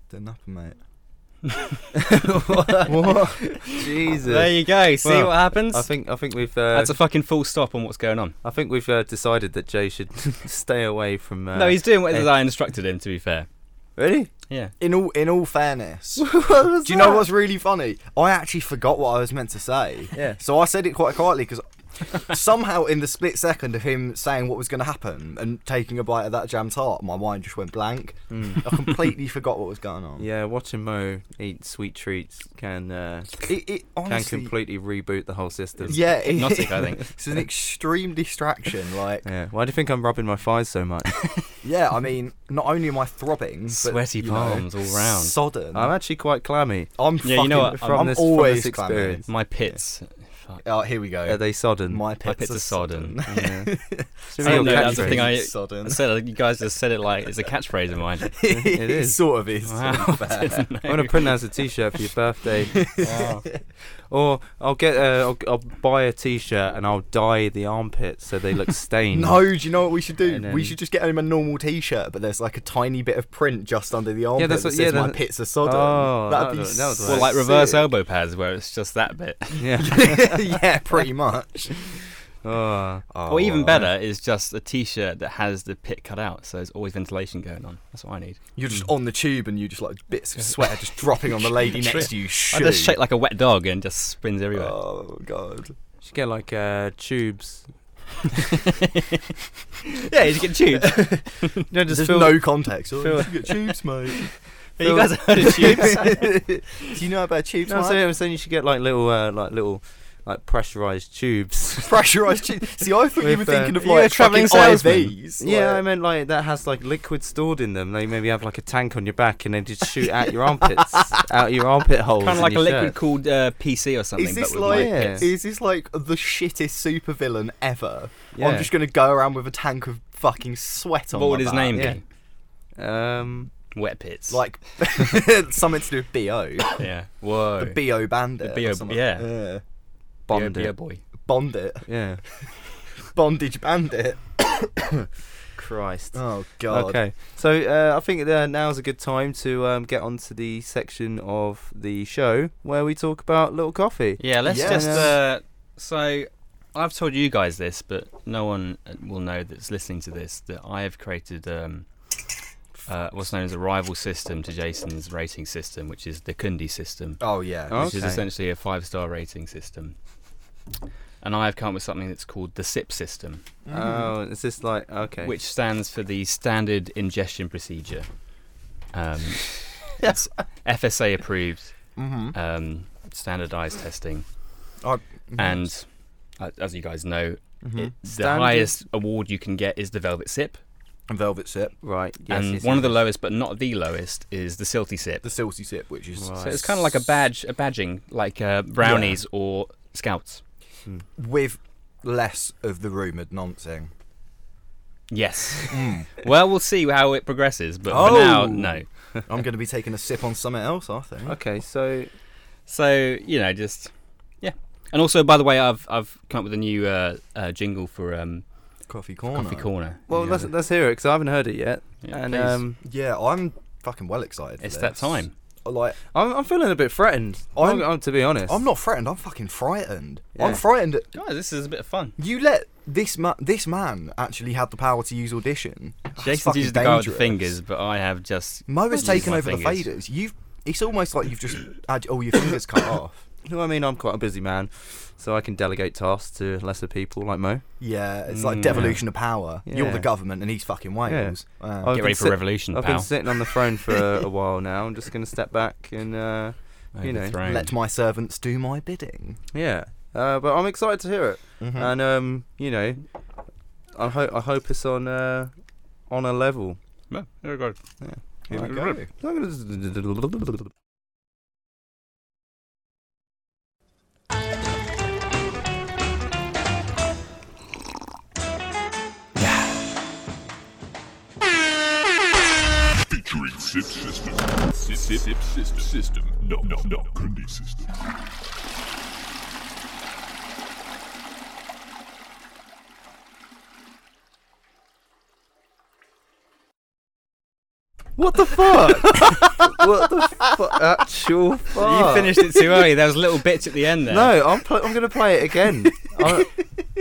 Speaker 2: Didn't happen, mate.
Speaker 1: Jesus.
Speaker 3: There you go. See
Speaker 1: Well,
Speaker 3: what happens.
Speaker 1: I think I think we've uh,
Speaker 3: That's a fucking full stop on what's going on.
Speaker 1: I think we've uh, decided that Jay should *laughs* stay away from. Uh,
Speaker 3: no, he's doing what
Speaker 1: eh.
Speaker 3: I instructed him. To be fair. *laughs*
Speaker 1: really.
Speaker 3: Yeah.
Speaker 2: In all in all fairness,
Speaker 1: What was
Speaker 2: do you know
Speaker 1: that?
Speaker 3: *laughs*
Speaker 2: what's really funny? I actually forgot what I was meant to say.
Speaker 1: Yeah.
Speaker 2: So I said it quite quietly because somehow in the split second of him saying what was going to happen and taking a bite of that jam tart, my mind just went blank.
Speaker 3: *laughs*
Speaker 1: Mm.
Speaker 2: I completely *laughs* forgot what was going on.
Speaker 1: Yeah, watching Mo eat sweet treats can uh,
Speaker 2: It,
Speaker 1: can
Speaker 2: it honestly.
Speaker 1: completely reboot the whole system.
Speaker 2: yeah, it-
Speaker 3: Hypnotic, I
Speaker 2: *laughs*
Speaker 3: think.
Speaker 2: It's an extreme distraction. Like,
Speaker 1: Yeah. Why do you think I'm rubbing my thighs so
Speaker 3: *laughs*
Speaker 1: much?
Speaker 2: yeah, I mean, not only am I throbbing, but,
Speaker 3: Sweaty
Speaker 2: you know,
Speaker 3: palms all
Speaker 2: *laughs*
Speaker 3: round.
Speaker 2: Sodden.
Speaker 1: I'm
Speaker 2: I'm,
Speaker 1: actually quite clammy.
Speaker 3: Yeah, you know
Speaker 2: fucking-
Speaker 3: what,
Speaker 1: From
Speaker 2: I'm
Speaker 1: this, from
Speaker 2: always
Speaker 1: this
Speaker 2: clammy.
Speaker 1: experience,
Speaker 3: My pits. Fuck.
Speaker 2: Oh, here we go.
Speaker 1: are they sodden?
Speaker 2: my
Speaker 3: My
Speaker 2: pits,
Speaker 3: pits are sodden.
Speaker 1: yeah. It's a
Speaker 3: *laughs* I
Speaker 1: real
Speaker 3: don't know, that's the
Speaker 1: catchphrase.
Speaker 3: thing I-
Speaker 2: sodden.
Speaker 3: I said like, you guys just said it like it's a catchphrase of mine.
Speaker 1: It is.
Speaker 2: sort of is. to be
Speaker 3: Wow, *laughs*
Speaker 2: fair.
Speaker 3: didn't know.
Speaker 1: I'm gonna print that as a T-shirt for your *laughs* birthday,
Speaker 3: Wow.
Speaker 1: or I'll get uh, I'll, I'll buy a T-shirt and I'll dye the armpits so they *laughs* look stained.
Speaker 2: No, do you know what we should do?
Speaker 1: And
Speaker 2: we
Speaker 1: then-
Speaker 2: should just get him a normal T-shirt, but there's like a tiny bit of print just under the armpit
Speaker 1: that's
Speaker 2: that
Speaker 1: what-
Speaker 2: says
Speaker 1: yeah,
Speaker 2: "My
Speaker 1: that-
Speaker 2: pits are sodden."
Speaker 1: Oh,
Speaker 2: That'd
Speaker 1: that
Speaker 2: be
Speaker 1: would- that would
Speaker 2: so
Speaker 1: work.
Speaker 3: Or like reverse
Speaker 2: sick.
Speaker 3: elbow pads where it's just that bit.
Speaker 1: Yeah.
Speaker 2: *laughs* yeah, pretty much.
Speaker 1: Oh.
Speaker 3: or even better is just a t-shirt that has the pit cut out, so there's always ventilation going on. That's what I need.
Speaker 2: You're just on the tube and you just like bits of sweat just dropping on the lady next to you.
Speaker 3: I just shake like a wet dog and just spins everywhere.
Speaker 2: Oh god.
Speaker 1: Should get like uh, tubes.
Speaker 3: yeah, you get tubes.
Speaker 1: No,
Speaker 2: There's no context. Oh,
Speaker 1: fill-
Speaker 2: you should get tubes, mate.
Speaker 3: Have you guys
Speaker 2: *laughs*
Speaker 3: heard of tubes?
Speaker 2: do you know about tubes,
Speaker 1: No, I'm
Speaker 2: mate?
Speaker 1: saying, I'm saying you should get like little, uh, like little, like pressurized tubes. *laughs*
Speaker 2: Pressurized tubes. See, I thought you were
Speaker 1: With, uh,
Speaker 2: thinking of
Speaker 3: you were a
Speaker 2: like
Speaker 3: travelling
Speaker 2: fucking
Speaker 3: salesman.
Speaker 2: IVs.
Speaker 1: yeah,
Speaker 2: like-
Speaker 1: I meant like that has like liquid stored in them. They maybe have like a tank on your back and they just shoot out your armpits, *laughs* out your armpit holes.
Speaker 3: kind
Speaker 1: in
Speaker 3: of like a
Speaker 1: your
Speaker 3: liquid
Speaker 1: shirt.
Speaker 3: called uh, PC or something.
Speaker 2: Is this
Speaker 3: but with
Speaker 2: like
Speaker 1: my
Speaker 3: pits.
Speaker 2: is this like the shittest supervillain ever? I'm
Speaker 1: Yeah.
Speaker 2: just gonna go around with a tank of fucking sweat on.
Speaker 3: what
Speaker 2: my
Speaker 3: would his
Speaker 2: back.
Speaker 3: name
Speaker 1: yeah.
Speaker 3: be?
Speaker 1: Um,
Speaker 3: Wet pits.
Speaker 2: Like *laughs* something to do with bo,
Speaker 3: *laughs* yeah. Whoa.
Speaker 2: the bo bandit.
Speaker 3: The
Speaker 2: or
Speaker 3: BO
Speaker 2: something.
Speaker 3: yeah.
Speaker 2: yeah.
Speaker 1: Bond
Speaker 3: yeah,
Speaker 1: it.
Speaker 3: yeah, boy.
Speaker 2: Bond it.
Speaker 1: Yeah.
Speaker 2: Bondage bandit.
Speaker 1: Christ.
Speaker 2: Oh god.
Speaker 1: Okay, so uh, I think uh, now's a good time to um, get onto the section of the show where we talk about Little Coffee.
Speaker 3: Yeah, let's
Speaker 2: Yes.
Speaker 3: just. Uh, so, I've told you guys this, but no one uh, will know that's listening to this that I have created um, uh, what's known as a rival system to Jason's rating system, which is the Kundi system,
Speaker 2: Oh yeah.
Speaker 1: Oh.
Speaker 3: which is
Speaker 1: Okay.
Speaker 3: essentially a five star rating system. And I have come up with something that's called the SIP system,
Speaker 1: Oh, is this like okay?
Speaker 3: Mm. which stands for the Standard Ingestion Procedure.
Speaker 1: *laughs*
Speaker 3: Um, it's FSA approved,
Speaker 2: Mm-hmm.
Speaker 3: um, standardized testing.
Speaker 2: Oh,
Speaker 3: and uh, as you guys know,
Speaker 1: Mhm.
Speaker 2: Mm-hmm.
Speaker 3: it- the
Speaker 1: Standard-
Speaker 3: highest award you can get is the Velvet Sip,
Speaker 2: Velvet sip.
Speaker 1: right? Yes,
Speaker 3: and
Speaker 1: yes,
Speaker 3: one of the
Speaker 1: yes.
Speaker 3: lowest, but not the lowest, is the Silty Sip.
Speaker 2: The silty sip, which is
Speaker 1: Right.
Speaker 3: So it's kind of like a badge, a badging, like uh, brownies or
Speaker 1: *laughs*
Speaker 3: scouts.
Speaker 2: with less of the rumoured
Speaker 3: *laughs*
Speaker 2: noncing.
Speaker 3: Yes.
Speaker 2: Mm.
Speaker 3: well, we'll see how it progresses, but
Speaker 2: Oh.
Speaker 3: for now, no.
Speaker 2: I'm going to be taking a sip on something else, I think.
Speaker 3: Uh,
Speaker 1: Okay, so
Speaker 3: So you know, just yeah. And also, by the way, I've I've come up with a new uh, uh, jingle for um,
Speaker 2: Coffee corner.
Speaker 3: Coffee Corner.
Speaker 1: Oh. well,
Speaker 2: Yeah.
Speaker 1: let's let's hear it because I haven't heard it yet,
Speaker 3: Yeah,
Speaker 1: and
Speaker 3: please.
Speaker 1: um,
Speaker 2: Yeah, I'm fucking well excited. For
Speaker 3: it's
Speaker 2: this. Uh,
Speaker 3: that time.
Speaker 2: Like,
Speaker 1: I'm I'm feeling a bit threatened. I'm,
Speaker 2: I'm-
Speaker 1: I'm- to be honest.
Speaker 2: I'm not frightened. I'm fucking frightened.
Speaker 1: Yeah.
Speaker 2: I'm frightened. At,
Speaker 3: Guys, this is a bit of fun.
Speaker 2: you let this man. This man actually had the power to use audition. That's
Speaker 3: Jason's
Speaker 2: fucking
Speaker 3: used the guy with the
Speaker 2: dangerous.
Speaker 3: fingers, but I have just
Speaker 2: Mo has
Speaker 3: used
Speaker 2: taken
Speaker 3: my
Speaker 2: over the
Speaker 3: fingers.
Speaker 2: faders. You've. It's almost like you've just had all your fingers
Speaker 3: *coughs*
Speaker 2: cut off.
Speaker 1: No, I mean I'm quite a busy man, so I can delegate tasks to lesser people like Mo.
Speaker 2: Yeah, it's like
Speaker 3: Mm.
Speaker 2: devolution of power. You're the
Speaker 1: Yeah.
Speaker 2: government, and he's fucking Wales. Um, Wow.
Speaker 1: I've
Speaker 3: Get
Speaker 1: been
Speaker 3: ready for
Speaker 1: sit-
Speaker 3: revolution,
Speaker 1: I've
Speaker 3: Mm, pal.
Speaker 1: been sitting on the throne for
Speaker 3: *laughs*
Speaker 1: a while now. I'm just gonna step back and uh, you know,
Speaker 3: Overthrown.
Speaker 2: Let my servants do my bidding.
Speaker 1: yeah, uh, but I'm excited to hear it.
Speaker 3: Mm-hmm.
Speaker 2: Mhm.
Speaker 1: and um, you know, I hope I hope it's on uh, on a level.
Speaker 3: No, there we go.
Speaker 2: Here we
Speaker 3: Right.
Speaker 2: go.
Speaker 4: Featuring Sip System. Sip, sip, sip, system. System. No, no, no. Kundi System.
Speaker 1: What the fuck? *laughs* what the fu- actual fuck?
Speaker 3: You finished it too early. There was little bits at the end there.
Speaker 1: No, I'm pl- I'm gonna play it
Speaker 3: *laughs*
Speaker 1: again. I,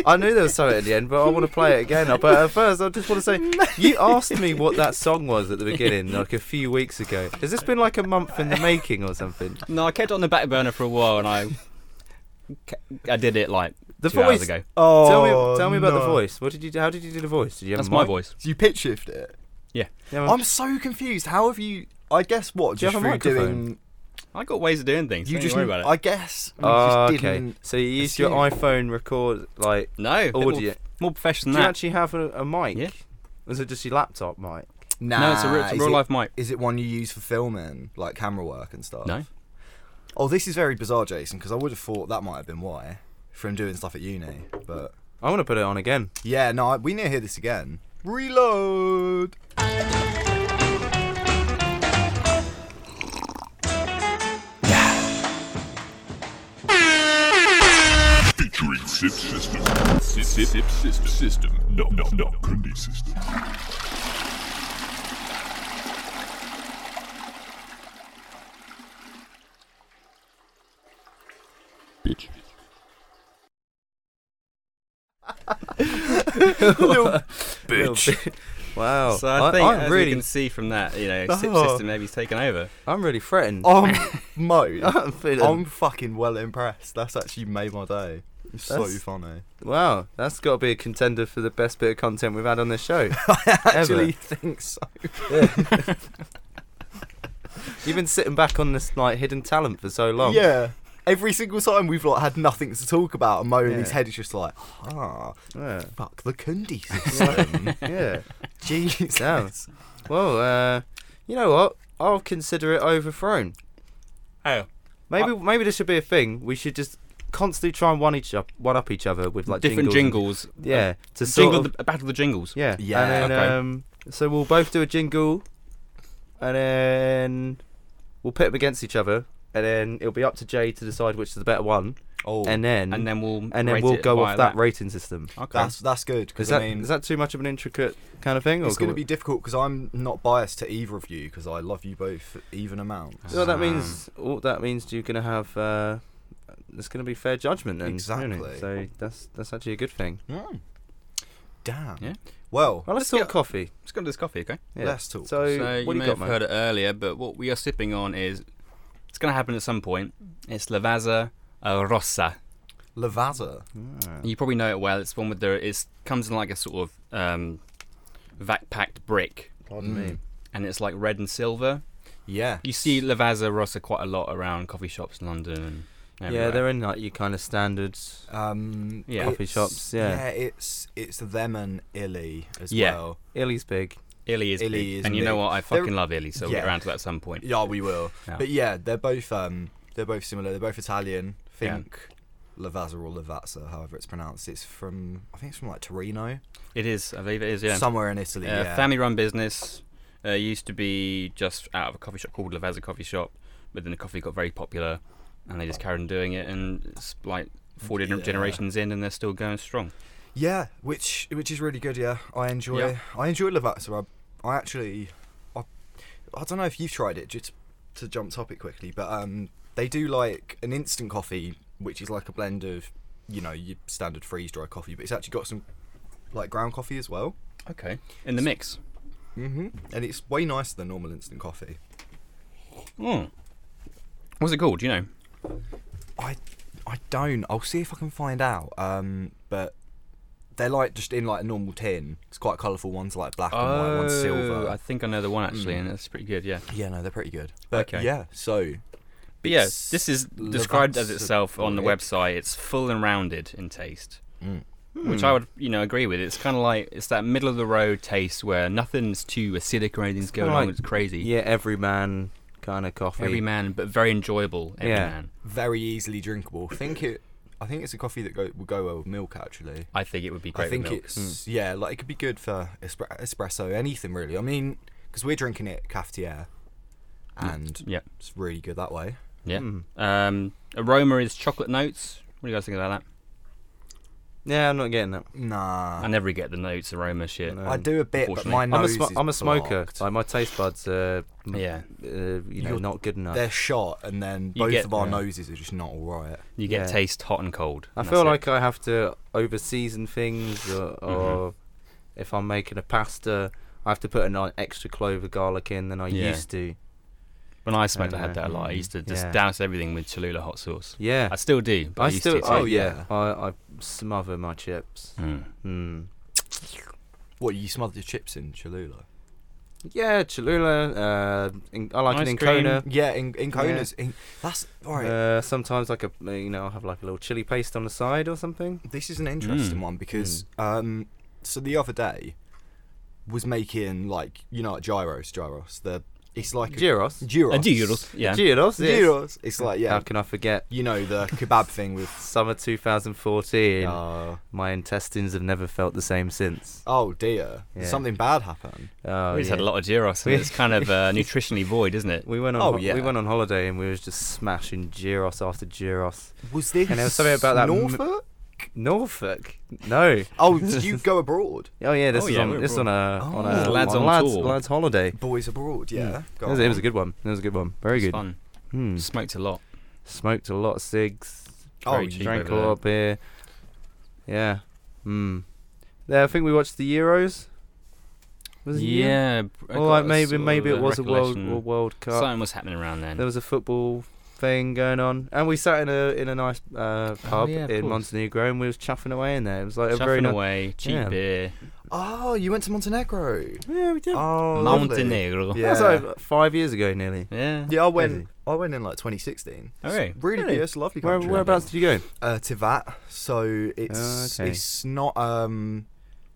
Speaker 1: I knew there was something at the end, but I want to play it again. But at first, I just want to say you asked me what that song was at the beginning, like a few weeks ago. Has this been like a month in the making or something?
Speaker 3: no, I kept it on the back burner for a while, and I, ca- I did it like
Speaker 1: The
Speaker 3: two
Speaker 1: voice.
Speaker 3: hours ago.
Speaker 2: Oh,
Speaker 1: tell me, tell me about the
Speaker 2: no.
Speaker 1: voice. What did you? do? How did you do the voice? Did you have
Speaker 3: That's
Speaker 1: a
Speaker 3: my
Speaker 1: mic?
Speaker 3: voice.
Speaker 2: You pitch shift it.
Speaker 1: Yeah,
Speaker 3: Oh,
Speaker 2: I'm so confused. How have you? I guess what
Speaker 1: Do you
Speaker 2: just
Speaker 1: have a
Speaker 2: through
Speaker 1: microphone?
Speaker 2: doing.
Speaker 3: I got ways of doing things.
Speaker 2: You
Speaker 3: don't
Speaker 2: just.
Speaker 3: worry about it.
Speaker 2: I guess. You
Speaker 1: Oh,
Speaker 2: just
Speaker 1: okay.
Speaker 2: didn't.
Speaker 1: So you use your
Speaker 2: assume.
Speaker 1: iPhone record like
Speaker 3: no, a bit more,
Speaker 1: audio.
Speaker 3: more
Speaker 1: Do
Speaker 3: professional than
Speaker 1: you
Speaker 3: that.
Speaker 1: actually have a, a mic?
Speaker 3: Yeah.
Speaker 1: Or is it just your laptop mic?
Speaker 2: Nah,
Speaker 3: no, it's a, re- it's a
Speaker 2: uh, is
Speaker 3: real
Speaker 2: it-
Speaker 3: life mic.
Speaker 2: Is it one you use for filming, like camera work and stuff?
Speaker 3: No.
Speaker 2: Oh, this is very bizarre, Jason, because I would have thought that might have been why from doing stuff at uni. But
Speaker 1: I want to put it on again.
Speaker 2: yeah, no, I, we need to hear this again.
Speaker 3: *laughs*
Speaker 2: Reload.
Speaker 4: Featuring Sip System. Sip, sip, sip, system. System. No, no, no. Kundi System. Bitch.
Speaker 1: Bitch. *laughs* wow.
Speaker 3: So Oh, I think,
Speaker 1: I,
Speaker 3: as
Speaker 1: am
Speaker 3: you
Speaker 1: really,
Speaker 3: can see from that, you know, Sip
Speaker 2: Oh.
Speaker 3: System maybe's taken over.
Speaker 1: I'm *laughs* really threatened.
Speaker 2: Um,
Speaker 3: *laughs*
Speaker 2: Mo,
Speaker 1: I'm feeling.
Speaker 2: I'm fucking well impressed. That's actually made my day. It's so
Speaker 1: That's-
Speaker 2: funny. *laughs*
Speaker 1: wow, that's got to be a contender for the best bit of content we've had on this show.
Speaker 2: I actually
Speaker 1: Ever.
Speaker 2: think so.
Speaker 1: You've been sitting back on this like hidden talent for so long.
Speaker 2: Yeah. Every single time we've like had nothing to talk about, and Mo in his
Speaker 1: Yeah.
Speaker 2: head is just like, ah,
Speaker 1: Yeah.
Speaker 2: fuck
Speaker 1: *laughs*
Speaker 2: the Kundi system.
Speaker 1: yeah.
Speaker 2: Jesus.
Speaker 1: Damn. Well, uh, you know what? I'll consider it overthrown.
Speaker 3: Oh,
Speaker 1: Maybe maybe this should be a thing. We should just constantly try and one each up, one up each other with like
Speaker 3: different
Speaker 1: jingles.
Speaker 3: jingles. Uh,
Speaker 1: and- Yeah, to sort
Speaker 3: jingle
Speaker 1: of-
Speaker 3: the battle of the jingles.
Speaker 1: yeah,
Speaker 2: Yeah,
Speaker 1: And then,
Speaker 3: okay.
Speaker 1: um, so we'll both do a jingle, and then we'll pit them against each other, and then it'll be up to Jay to decide which is the better one.
Speaker 2: Oh,
Speaker 1: and then
Speaker 3: and then we'll
Speaker 1: Mm-hmm. and then
Speaker 3: rate
Speaker 1: we'll
Speaker 3: it
Speaker 1: go
Speaker 3: via
Speaker 1: off that, rating system.
Speaker 3: Okay.
Speaker 2: that's that's good
Speaker 1: Is
Speaker 2: because
Speaker 1: that
Speaker 2: I mean
Speaker 1: is that too much of an intricate kind of thing? or
Speaker 2: it's going to
Speaker 1: could we-
Speaker 2: be difficult because I'm not biased to either of you because I love you both even amounts.
Speaker 1: Well, that means all that means you're going to have. Uh, there's going to be fair judgment, and
Speaker 2: Exactly.
Speaker 1: so that's that's actually a good thing.
Speaker 2: Mm. Damn.
Speaker 3: Yeah.
Speaker 2: Well,
Speaker 1: Well, let's
Speaker 3: Let's
Speaker 1: talk
Speaker 3: go-
Speaker 1: coffee.
Speaker 3: Let's go to this coffee, okay?
Speaker 1: Yeah.
Speaker 2: Let's talk.
Speaker 1: So,
Speaker 3: So you
Speaker 1: what do
Speaker 3: may
Speaker 1: you got,
Speaker 3: have
Speaker 1: mate?
Speaker 3: heard it earlier, but what we are sipping on is it's going to happen at some point. It's Lavazza uh, Rossa.
Speaker 2: Lavazza.
Speaker 3: You probably know it well. It's one with the it comes in like a sort of um, vac-packed brick,
Speaker 1: Pardon me.
Speaker 3: and it's like red and silver.
Speaker 2: Mm. Yeah.
Speaker 3: You see Lavazza Rossa quite a lot around coffee shops in London. And
Speaker 1: Yeah,
Speaker 3: everywhere.
Speaker 1: they're in like your kind of standards.
Speaker 2: Um,
Speaker 3: Yeah.
Speaker 1: Coffee
Speaker 2: it's-
Speaker 1: shops, yeah.
Speaker 2: Yeah, it's it's them and Illy as
Speaker 3: Yeah.
Speaker 2: well.
Speaker 1: Illy's big.
Speaker 3: Illy is,
Speaker 2: Illy
Speaker 3: big.
Speaker 2: is
Speaker 3: and you know
Speaker 2: big.
Speaker 3: what? I
Speaker 2: They're-
Speaker 3: fucking love Illy, so we'll get
Speaker 2: Yeah.
Speaker 3: around to that at some point.
Speaker 2: Yeah, we will.
Speaker 3: *laughs* Yeah.
Speaker 2: But yeah, they're both um, they're both similar. They're both Italian.
Speaker 3: Yeah.
Speaker 2: Think Lavazza or Lavazza, however it's pronounced. It's from I think it's from like Torino,
Speaker 3: It is, I believe it is. Yeah,
Speaker 2: somewhere in Italy.
Speaker 3: Uh,
Speaker 2: yeah.
Speaker 3: Family-run business. Uh, used to be just out of a coffee shop called Lavazza Coffee Shop, but then the coffee got very popular, and they just carried on doing it, and it's like four different
Speaker 2: Yeah.
Speaker 3: generations in, and they're still going strong.
Speaker 2: Yeah, which which is really good. Yeah, I enjoy
Speaker 3: Yeah.
Speaker 2: I enjoy Lavazza. I, I actually I, I don't know if you've tried it. Just to jump topic quickly, but um, they do like an instant coffee, which is like a blend of you know your standard freeze dry coffee, but it's actually got some like ground coffee as well.
Speaker 3: Okay, in the mix.
Speaker 2: Mm-hmm. And it's way nicer than normal instant coffee.
Speaker 3: Mm. What's it called? Do you know?
Speaker 2: I I don't. I'll see if I can find out. Um, but they're like just in like a normal tin. It's quite colourful. One's like black and white, one's silver.
Speaker 3: Oh, I think I know the one actually, and that's pretty good. Yeah,
Speaker 2: yeah, no, they're pretty good. But
Speaker 3: Okay.
Speaker 2: yeah, so
Speaker 3: but yeah,
Speaker 2: It's
Speaker 3: this is described as
Speaker 2: Lavazza
Speaker 3: itself on the
Speaker 2: brick.
Speaker 3: website. It's full and rounded in taste.
Speaker 2: Mm.
Speaker 1: Hmm.
Speaker 3: Which I would, you know, agree with. It's kind of like it's that middle of the road taste where nothing's too acidic or anything's going
Speaker 1: kinda
Speaker 3: on.
Speaker 1: like-
Speaker 3: It's crazy.
Speaker 1: Yeah, every man kind of coffee.
Speaker 3: Every man, but very enjoyable. Every
Speaker 1: Yeah.
Speaker 3: man.
Speaker 2: very easily drinkable. I think it. I think it's a coffee that go would go well with milk actually.
Speaker 3: I think it would be great.
Speaker 2: I think
Speaker 3: with milk.
Speaker 2: it's yeah, like it could be good for espre- espresso, anything really. I mean, because we're drinking it cafetiere, and
Speaker 3: yeah,
Speaker 2: it's really good that way.
Speaker 3: yeah.
Speaker 1: Hmm.
Speaker 3: Um, aroma is chocolate notes. What do you guys think about
Speaker 1: Yeah, I'm not getting that.
Speaker 2: Nah,
Speaker 3: that? I never get the notes aroma shit.
Speaker 1: Uh. No.
Speaker 2: I do a bit, but
Speaker 3: Um, Unfortunately.
Speaker 2: my
Speaker 1: I'm a,
Speaker 2: nose
Speaker 1: sm-
Speaker 2: is
Speaker 1: I'm a smoker.
Speaker 2: blocked.
Speaker 1: Like my taste buds are, m-
Speaker 3: Yeah,
Speaker 1: uh, you know,
Speaker 2: You're-
Speaker 1: not good enough.
Speaker 2: They're shot, and then
Speaker 3: You
Speaker 2: both
Speaker 3: get-
Speaker 2: of our
Speaker 1: yeah.
Speaker 2: noses are just not all right.
Speaker 3: you get
Speaker 1: Yeah.
Speaker 3: taste hot and cold.
Speaker 1: I
Speaker 3: and
Speaker 1: feel
Speaker 3: that's it. Mm-hmm.
Speaker 1: like I have to over season things, or, or if I'm making a pasta, I have to put an uh, extra clove of garlic in than I
Speaker 3: Yeah.
Speaker 1: used to.
Speaker 3: when I smoked, I,
Speaker 1: I
Speaker 3: had
Speaker 1: know.
Speaker 3: that a lot. I used to just
Speaker 1: Yeah.
Speaker 3: douse everything with Cholula hot sauce.
Speaker 1: Yeah,
Speaker 3: I still do. But I,
Speaker 1: I
Speaker 3: used
Speaker 1: still.
Speaker 3: To,
Speaker 1: oh
Speaker 3: too.
Speaker 1: yeah, I, I smother my chips.
Speaker 3: Mm.
Speaker 1: Mm.
Speaker 2: What you smothered your chips in Cholula?
Speaker 1: Yeah, Cholula. Uh, in, I like
Speaker 3: Ice
Speaker 1: an
Speaker 3: cream.
Speaker 1: Incona.
Speaker 2: Yeah, in in
Speaker 1: Yeah.
Speaker 2: Kona's. In, that's all right.
Speaker 1: Uh, sometimes like a you know I'll have like a little chili paste on the side or something.
Speaker 2: this is an interesting
Speaker 3: Mm.
Speaker 2: one because um, so the other day was making like you know like gyros, gyros. The it's like a,
Speaker 1: Gyros.
Speaker 2: gyros.
Speaker 3: Uh, gyros, Yeah.
Speaker 1: Gyros. yes.
Speaker 2: Gyros. It's like
Speaker 1: How
Speaker 2: yeah,
Speaker 1: can I forget?
Speaker 2: you know the kebab
Speaker 1: *laughs*
Speaker 2: thing with.
Speaker 1: Summer 2014.
Speaker 2: Uh,
Speaker 1: My intestines have never felt the same since.
Speaker 2: oh dear,
Speaker 1: Yeah.
Speaker 2: something bad happened.
Speaker 1: Oh,
Speaker 3: we just had a
Speaker 1: yeah.
Speaker 3: lot of gyros, and
Speaker 1: We-
Speaker 3: it's kind
Speaker 1: *laughs*
Speaker 3: of uh, nutritionally void, isn't it?
Speaker 1: We went on.
Speaker 2: Oh,
Speaker 1: ho-
Speaker 2: yeah.
Speaker 1: We went on holiday and we was just smashing gyros after gyros.
Speaker 2: Was this?
Speaker 1: there was something about that m-
Speaker 2: Norfolk.
Speaker 1: Norfolk. No.
Speaker 2: oh, did you go abroad?
Speaker 1: Oh yeah, this
Speaker 3: Oh,
Speaker 1: is
Speaker 3: yeah,
Speaker 1: on
Speaker 3: we were
Speaker 1: this is on a on
Speaker 2: abroad.
Speaker 1: a
Speaker 2: Oh.
Speaker 3: Lads
Speaker 1: on
Speaker 3: on
Speaker 1: lads,
Speaker 3: tour.
Speaker 1: lads holiday.
Speaker 2: Boys abroad. Yeah.
Speaker 1: It
Speaker 2: Go
Speaker 1: Mm. was, it was
Speaker 2: on.
Speaker 1: a good one. It was a good one. Very
Speaker 3: It's
Speaker 1: good.
Speaker 3: fun.
Speaker 1: Hmm.
Speaker 3: Smoked a lot.
Speaker 1: Smoked a lot of cigs.
Speaker 2: Oh,
Speaker 3: Very
Speaker 2: you
Speaker 3: cheap
Speaker 1: Drank a
Speaker 3: over there.
Speaker 1: lot of beer. Yeah. Hmm. Yeah, I think we watched the Euros. Was it Euro?
Speaker 3: Yeah. b- I
Speaker 1: Or
Speaker 3: got
Speaker 1: like
Speaker 3: a
Speaker 1: maybe
Speaker 3: sort
Speaker 1: maybe
Speaker 3: of
Speaker 1: it was a World
Speaker 3: recollection.
Speaker 1: or World Cup.
Speaker 3: Something was happening around then.
Speaker 1: There was a football thing going on, and we sat in a in a nice
Speaker 2: Oh,
Speaker 1: uh, pub
Speaker 3: yeah, of
Speaker 1: in
Speaker 3: course.
Speaker 1: Montenegro, and we was chuffing away in there. It was like a very
Speaker 3: Chuffing
Speaker 1: nice.
Speaker 3: away, cheap
Speaker 1: Yeah.
Speaker 3: beer,
Speaker 2: Oh, you went to Montenegro.
Speaker 1: Yeah, we did.
Speaker 2: Oh, lovely.
Speaker 3: Montenegro.
Speaker 1: That was
Speaker 2: yeah.
Speaker 1: like five years ago, nearly.
Speaker 3: Yeah.
Speaker 2: *laughs* Yeah, I went.
Speaker 1: Crazy.
Speaker 2: I went in like 2016.
Speaker 3: Oh, really?
Speaker 2: Really,
Speaker 1: Really?
Speaker 2: good. It's a lovely
Speaker 1: Where,
Speaker 2: country.
Speaker 1: whereabouts did you go?
Speaker 2: Uh, Tivat. So it's
Speaker 1: Oh, Okay.
Speaker 2: it's not um.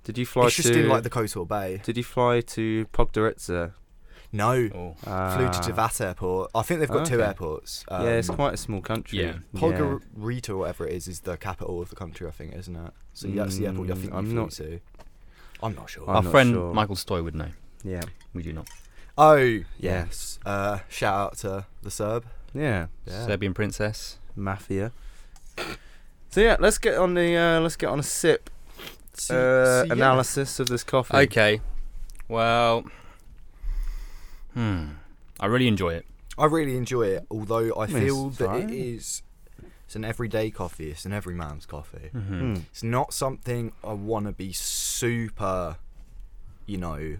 Speaker 1: Did you fly
Speaker 2: it's
Speaker 1: to?
Speaker 2: just in like the Kotor Bay.
Speaker 1: Did you fly to Podgorica?
Speaker 2: No,
Speaker 3: Oh.
Speaker 2: flew
Speaker 1: Ah.
Speaker 2: to Tivat Airport. I think they've got two
Speaker 1: Okay.
Speaker 2: airports. Um,
Speaker 1: yeah, it's quite a small country.
Speaker 3: Yeah.
Speaker 1: Yeah.
Speaker 2: Podgorica, or whatever it is, is the capital of the country. I think, isn't it? So yeah, that's the airport. I
Speaker 1: Mm,
Speaker 2: think
Speaker 1: I'm
Speaker 2: you flew
Speaker 1: not-
Speaker 2: to. I'm not sure.
Speaker 1: I'm
Speaker 3: Our
Speaker 1: not
Speaker 3: friend
Speaker 1: sure.
Speaker 3: Michael Stoy would know.
Speaker 1: Yeah.
Speaker 3: We do not.
Speaker 2: oh yes. Uh, shout out to the Serb.
Speaker 1: Yeah.
Speaker 2: Yeah.
Speaker 3: Serbian princess.
Speaker 1: Mafia. So yeah, let's get on the uh, let's get on a sip
Speaker 2: So-
Speaker 1: uh,
Speaker 2: so, yeah.
Speaker 1: analysis of this coffee.
Speaker 3: Okay. Well, hmm. I really enjoy it.
Speaker 2: I really enjoy it, although I
Speaker 1: Yes,
Speaker 2: feel
Speaker 1: it's
Speaker 2: that
Speaker 1: alright.
Speaker 2: it is. It's an everyday coffee. It's an everyman's coffee.
Speaker 3: Mm-hmm.
Speaker 1: Hmm.
Speaker 2: It's not something I want to be super, you know,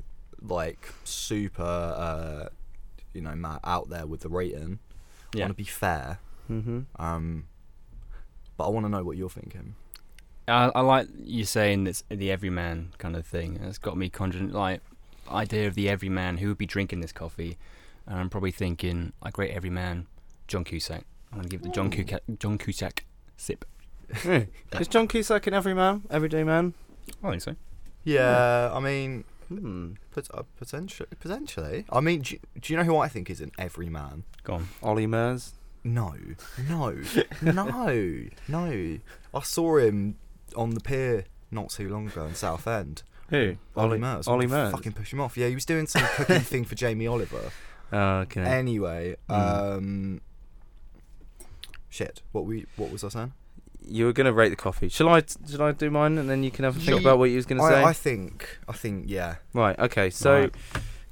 Speaker 2: like super, uh, you know, ma- out there with the rating. I
Speaker 3: Yeah.
Speaker 2: want to be fair. *laughs*
Speaker 1: Mm-hmm.
Speaker 2: Um, but I want to know what you're thinking.
Speaker 3: I, I like you saying that's the everyman kind of thing. It's got me conjuring like idea of the everyman who would be drinking this coffee, and I'm probably thinking a great everyman, John Cusack. I'm gonna give it the John Cusack, John Cusack sip.
Speaker 1: Is John Cusack an everyman, everyday man?
Speaker 3: I think so.
Speaker 2: Yeah, I mean,
Speaker 1: Hmm.
Speaker 2: pot- uh, potentially, potentially. I mean, do, do you know who I think is an everyman?
Speaker 3: Go on.
Speaker 1: Ollie Mers.
Speaker 2: No, no, no, no. I saw him on the pier not too long ago in Southend.
Speaker 1: Who?
Speaker 2: Ollie Murs.
Speaker 1: Ollie
Speaker 2: wanted to
Speaker 1: Mers.
Speaker 2: Fucking push him off. Yeah, he was doing some
Speaker 1: *laughs*
Speaker 2: cooking thing for Jamie Oliver.
Speaker 1: Uh, okay.
Speaker 2: Anyway,
Speaker 1: Mm.
Speaker 2: um, shit. What we? What was I saying?
Speaker 1: you were gonna rate the coffee. Shall I? Shall I do mine and then you can have a think
Speaker 2: Ye-
Speaker 1: about what you was gonna say?
Speaker 2: I, I think. I think. Yeah.
Speaker 1: Right. Okay. So,
Speaker 3: Right.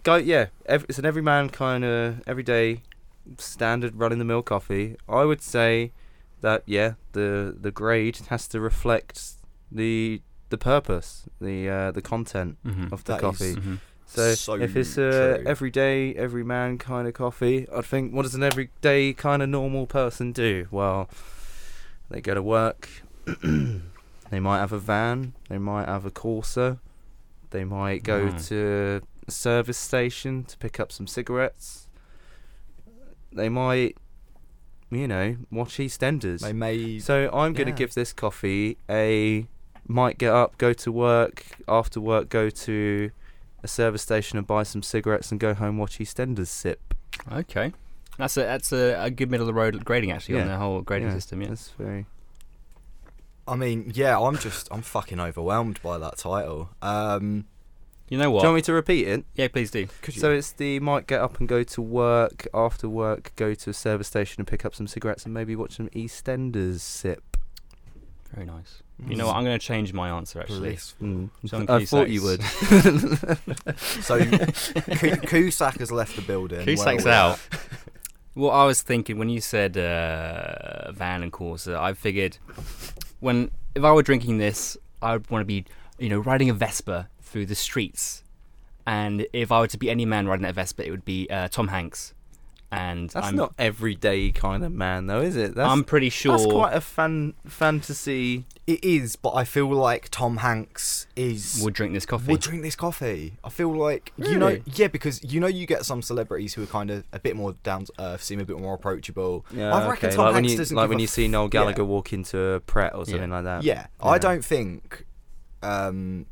Speaker 1: go. Yeah. Ev- it's an everyman kind of everyday standard run in the mill coffee. I would say that yeah, the the grade has to reflect the the purpose, the uh, the content
Speaker 3: Mm-hmm.
Speaker 1: of the
Speaker 2: That
Speaker 1: coffee.
Speaker 2: is
Speaker 3: hmm
Speaker 1: So,
Speaker 2: so
Speaker 1: if it's uh, a
Speaker 2: true.
Speaker 1: everyday, everyman kind of coffee, I'd think, what does an everyday kind of normal person do? Well, they go to work. *clears throat* they might have a van. They might have a Corsa. They might go
Speaker 3: Mm.
Speaker 1: to a service station to pick up some cigarettes. They might, you know, watch EastEnders.
Speaker 2: They may.
Speaker 1: So I'm going to
Speaker 2: Yeah.
Speaker 1: give this coffee a might get up, go to work, after work go to a service station and buy some cigarettes and go home watch EastEnders sip.
Speaker 3: Okay. That's a that's a, a good middle of the road grading actually on
Speaker 1: Yeah.
Speaker 3: the whole grading system. Yeah.
Speaker 1: That's very
Speaker 2: I mean, yeah. I'm just. I'm fucking overwhelmed by that title. Um.
Speaker 3: You know
Speaker 1: Do
Speaker 3: what?
Speaker 1: you want me to repeat it?
Speaker 3: yeah, please do.
Speaker 2: Could you?
Speaker 1: So it's the might get up and go to work, after work go to a service station and pick up some cigarettes and maybe watch some EastEnders sip.
Speaker 3: Very nice. You know what? I'm gonna change my answer actually.
Speaker 2: Blissful.
Speaker 1: Mm.
Speaker 3: John
Speaker 1: I thought you would.
Speaker 3: Cusack's-
Speaker 1: *laughs*
Speaker 2: So Cu- Cusack has left the building.
Speaker 3: Who
Speaker 2: Well,
Speaker 3: sanks out? *laughs* well, I was thinking when you said uh, van and Corsa, I figured when if I were drinking this, I would want to be, you know, riding a Vespa through the streets. And if I were to be any man riding that Vespa, it would be uh, Tom Hanks. And
Speaker 1: That's
Speaker 3: I'm,
Speaker 1: not everyday kind of man though, is it? That's,
Speaker 3: I'm pretty sure.
Speaker 1: that's quite a fan fantasy
Speaker 2: It is, but I feel like Tom Hanks is
Speaker 3: would drink this coffee.
Speaker 2: would drink this coffee. I feel like you know,
Speaker 1: Really?
Speaker 2: yeah, because you know, you get some celebrities who are kind of a bit more down to earth, seem a bit more approachable.
Speaker 1: Yeah,
Speaker 2: I reckon
Speaker 1: okay.
Speaker 2: Tom
Speaker 1: like
Speaker 2: Hanks
Speaker 1: when you,
Speaker 2: doesn't
Speaker 1: like
Speaker 2: give
Speaker 1: when
Speaker 2: a
Speaker 1: you see Noel Gallagher walk into a Pret or something
Speaker 3: Yeah.
Speaker 1: like that.
Speaker 2: yeah, I
Speaker 1: Yeah.
Speaker 2: don't think um,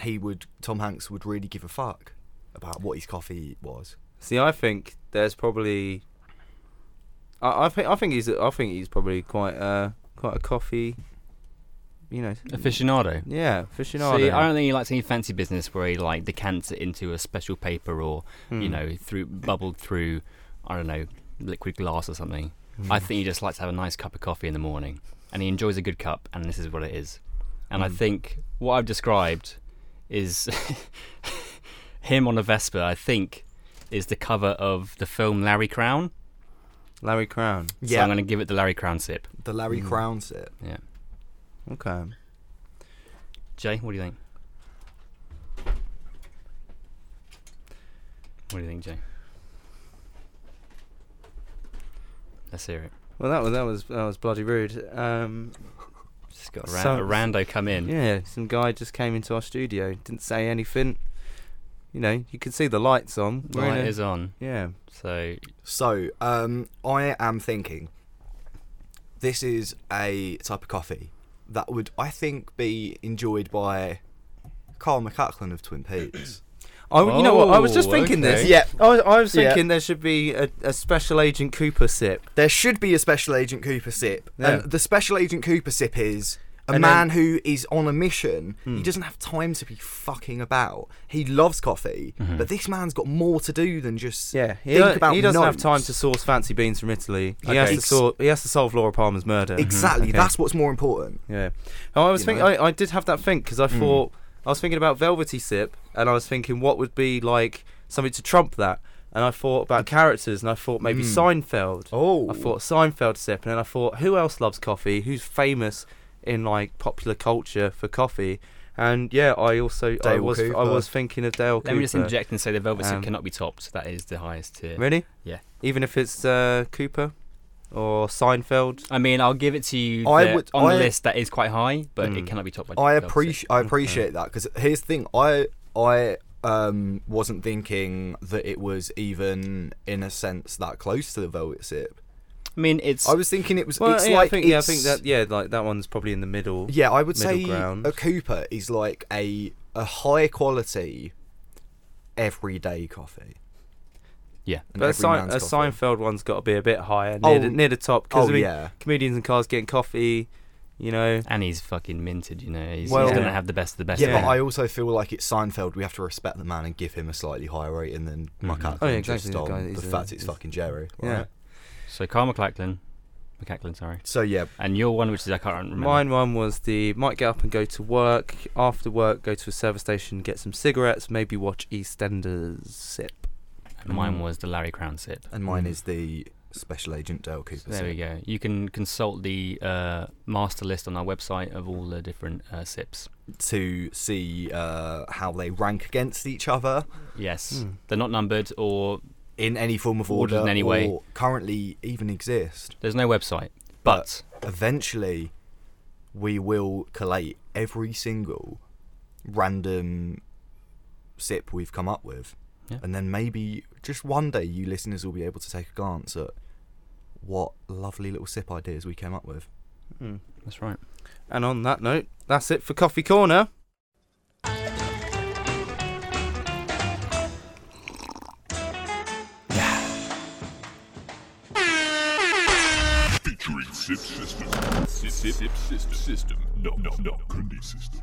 Speaker 2: he would. Tom Hanks would really give a fuck about what his coffee was.
Speaker 1: See, I think there's probably. I, I think I think he's I think he's probably quite uh quite a coffee. You know.
Speaker 3: aficionado.
Speaker 1: Yeah, aficionado.
Speaker 3: See, I don't think he likes any fancy business where he like decants it into a special paper or you
Speaker 1: Hmm.
Speaker 3: know through bubbled through, I don't know, liquid glass or something. I think he just likes to have a nice cup of coffee in the morning, and he enjoys a good cup, and this is what it is. And I
Speaker 1: Mm.
Speaker 3: think what I've described is *laughs* him on a Vespa. I think is the cover of the film Larry Crown.
Speaker 1: Larry Crown.
Speaker 3: So I'm Mm. going to give it the Larry Crown sip.
Speaker 2: the Larry Crown sip.
Speaker 3: Yeah.
Speaker 1: Okay.
Speaker 3: Jay, what do you think? What do you think, Jay? Let's hear it.
Speaker 1: Well, that was that was that was bloody rude. Um,
Speaker 3: Just got a,
Speaker 1: So-
Speaker 3: ran- a rando come in.
Speaker 1: yeah, some guy just came into our studio, didn't say anything. You know, you could see the lights on. We're in
Speaker 3: Light
Speaker 1: a-
Speaker 3: is on.
Speaker 1: yeah.
Speaker 3: So
Speaker 2: So, um, I am thinking this is a type of coffee that would, I think, be enjoyed by Carl McCacklin of
Speaker 1: *clears throat*
Speaker 2: Twin Peaks.
Speaker 1: I, w- you know what? I was just
Speaker 3: Oh,
Speaker 1: thinking this.
Speaker 3: okay.
Speaker 2: Yeah.
Speaker 1: I was, I was
Speaker 2: Yeah.
Speaker 1: thinking there should be a, a special agent Cooper sip.
Speaker 2: there should be a Special Agent Cooper sip.
Speaker 1: Yeah.
Speaker 2: And the Special Agent Cooper sip is a A
Speaker 1: And
Speaker 2: man who is on a mission, he
Speaker 1: Hmm.
Speaker 2: doesn't have time to be fucking about. He loves coffee, but this man's got more to do than just
Speaker 1: Mm-hmm. Yeah, he,
Speaker 2: think
Speaker 1: don't-
Speaker 2: about
Speaker 1: he doesn't have
Speaker 2: nonce.
Speaker 1: time to source fancy beans from Italy. He has
Speaker 2: Okay.
Speaker 1: to sort. He has to solve Laura Palmer's murder.
Speaker 2: Exactly,
Speaker 1: Okay.
Speaker 2: that's what's more important.
Speaker 1: Yeah. Oh, I was
Speaker 2: You
Speaker 1: thinking.
Speaker 2: know? Hmm.
Speaker 1: I, I did have that think because I thought I was thinking about Velvety Sip, and I was thinking what would be like something to trump that. And I thought about characters, and I thought maybe
Speaker 2: Hmm.
Speaker 1: Seinfeld.
Speaker 2: Oh.
Speaker 1: I thought Seinfeld Sip, and then I thought who else loves coffee? Who's famous in like popular culture for coffee? And yeah, I also I
Speaker 2: Dale
Speaker 1: was I
Speaker 2: Cooper.
Speaker 1: was thinking of Dale
Speaker 3: Let me just
Speaker 1: Cooper.
Speaker 3: inject and say the Velvet Suit
Speaker 1: Um,
Speaker 3: cannot be topped. That is the highest tier.
Speaker 1: Really?
Speaker 3: Yeah.
Speaker 1: Even if it's uh, Cooper or Seinfeld.
Speaker 3: I mean, I'll give it to you.
Speaker 2: I
Speaker 3: that
Speaker 2: would-
Speaker 3: on
Speaker 2: I-
Speaker 3: the list that is quite high, but it
Speaker 1: Mm.
Speaker 3: cannot be topped by.
Speaker 2: I
Speaker 3: Velvet Suit.
Speaker 2: appreciate I appreciate that because here's the thing I I um wasn't thinking that it was even in a sense that close to the Velvet Sip.
Speaker 3: I mean, it's.
Speaker 2: I was thinking it was
Speaker 1: Well,
Speaker 2: it's
Speaker 1: yeah,
Speaker 2: like
Speaker 1: I think yeah, I
Speaker 2: it's-
Speaker 1: think that yeah, like that one's probably in the middle.
Speaker 2: yeah I would
Speaker 1: middle
Speaker 2: say
Speaker 1: ground.
Speaker 2: a Cooper is like a a high quality everyday coffee.
Speaker 3: yeah.
Speaker 2: An
Speaker 1: But a,
Speaker 2: every
Speaker 1: Sein-
Speaker 2: man's
Speaker 1: a
Speaker 2: coffee.
Speaker 1: Seinfeld one's got to be a bit higher, near,
Speaker 2: Oh.
Speaker 1: the, near the top. Because
Speaker 2: Oh,
Speaker 1: I mean,
Speaker 2: yeah.
Speaker 1: comedians and cars getting coffee, you know.
Speaker 3: And he's fucking minted, you know. He's,
Speaker 2: Well-
Speaker 3: he's gonna have the best of the best.
Speaker 2: Yeah,
Speaker 1: Yeah.
Speaker 2: but I also feel like it's Seinfeld. We have to respect the man and give him a slightly higher rating than my cat.
Speaker 1: Oh, yeah,
Speaker 2: Just
Speaker 1: exactly, the
Speaker 2: on
Speaker 1: guy-
Speaker 2: the
Speaker 1: he's a-
Speaker 2: fact it's
Speaker 1: he's-
Speaker 2: fucking Jerry.
Speaker 1: Yeah.
Speaker 2: right?
Speaker 3: So Carl McLachlan, McLachlan, sorry.
Speaker 2: So yeah,
Speaker 3: And your one, which is I can't remember.
Speaker 1: Mine one was the might get up and go to work. After work, go to a service station, get some cigarettes, maybe watch EastEnders. Sip.
Speaker 3: And mine was the Larry Crown sip.
Speaker 2: and mine
Speaker 1: Mm.
Speaker 2: is the special agent Dale Cooper.
Speaker 3: There we
Speaker 2: sip.
Speaker 3: go. You can consult the uh, master list on our website of all the different uh, sips.
Speaker 2: to see uh, how they rank against each other
Speaker 1: Hmm.
Speaker 3: Yes, they're not numbered, or
Speaker 2: in any form of order,
Speaker 3: Ordered in any way.
Speaker 2: or currently even exist.
Speaker 3: there's no website. But
Speaker 2: Eventually, we will collate every single random sip we've come up with,
Speaker 3: Yeah.
Speaker 2: and then maybe just one day you listeners will be able to take a glance at what lovely little sip ideas we came up with.
Speaker 3: that's right.
Speaker 1: And on that note, that's it for Coffee Corner.
Speaker 4: Featuring Sip System. Sip, sip, sip, system. system. No, no, no. Couldn't be system.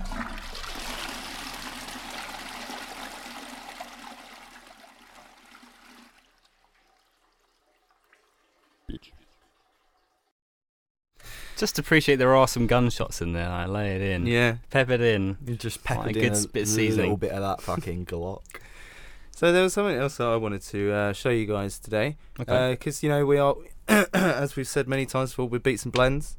Speaker 3: Just appreciate there are some gunshots in there. I lay it in.
Speaker 1: Yeah.
Speaker 3: Pep it in.
Speaker 2: You just
Speaker 3: peppered
Speaker 2: peppered
Speaker 3: in
Speaker 2: in
Speaker 3: a
Speaker 2: a
Speaker 3: bit of
Speaker 2: little
Speaker 3: seasoning.
Speaker 2: bit of that
Speaker 3: *laughs*
Speaker 2: fucking Glock.
Speaker 1: So there was something else that I wanted to uh, show you guys today.
Speaker 3: Okay.
Speaker 1: Because, you know, we are, *coughs* as we've said many times before, we beat some blends.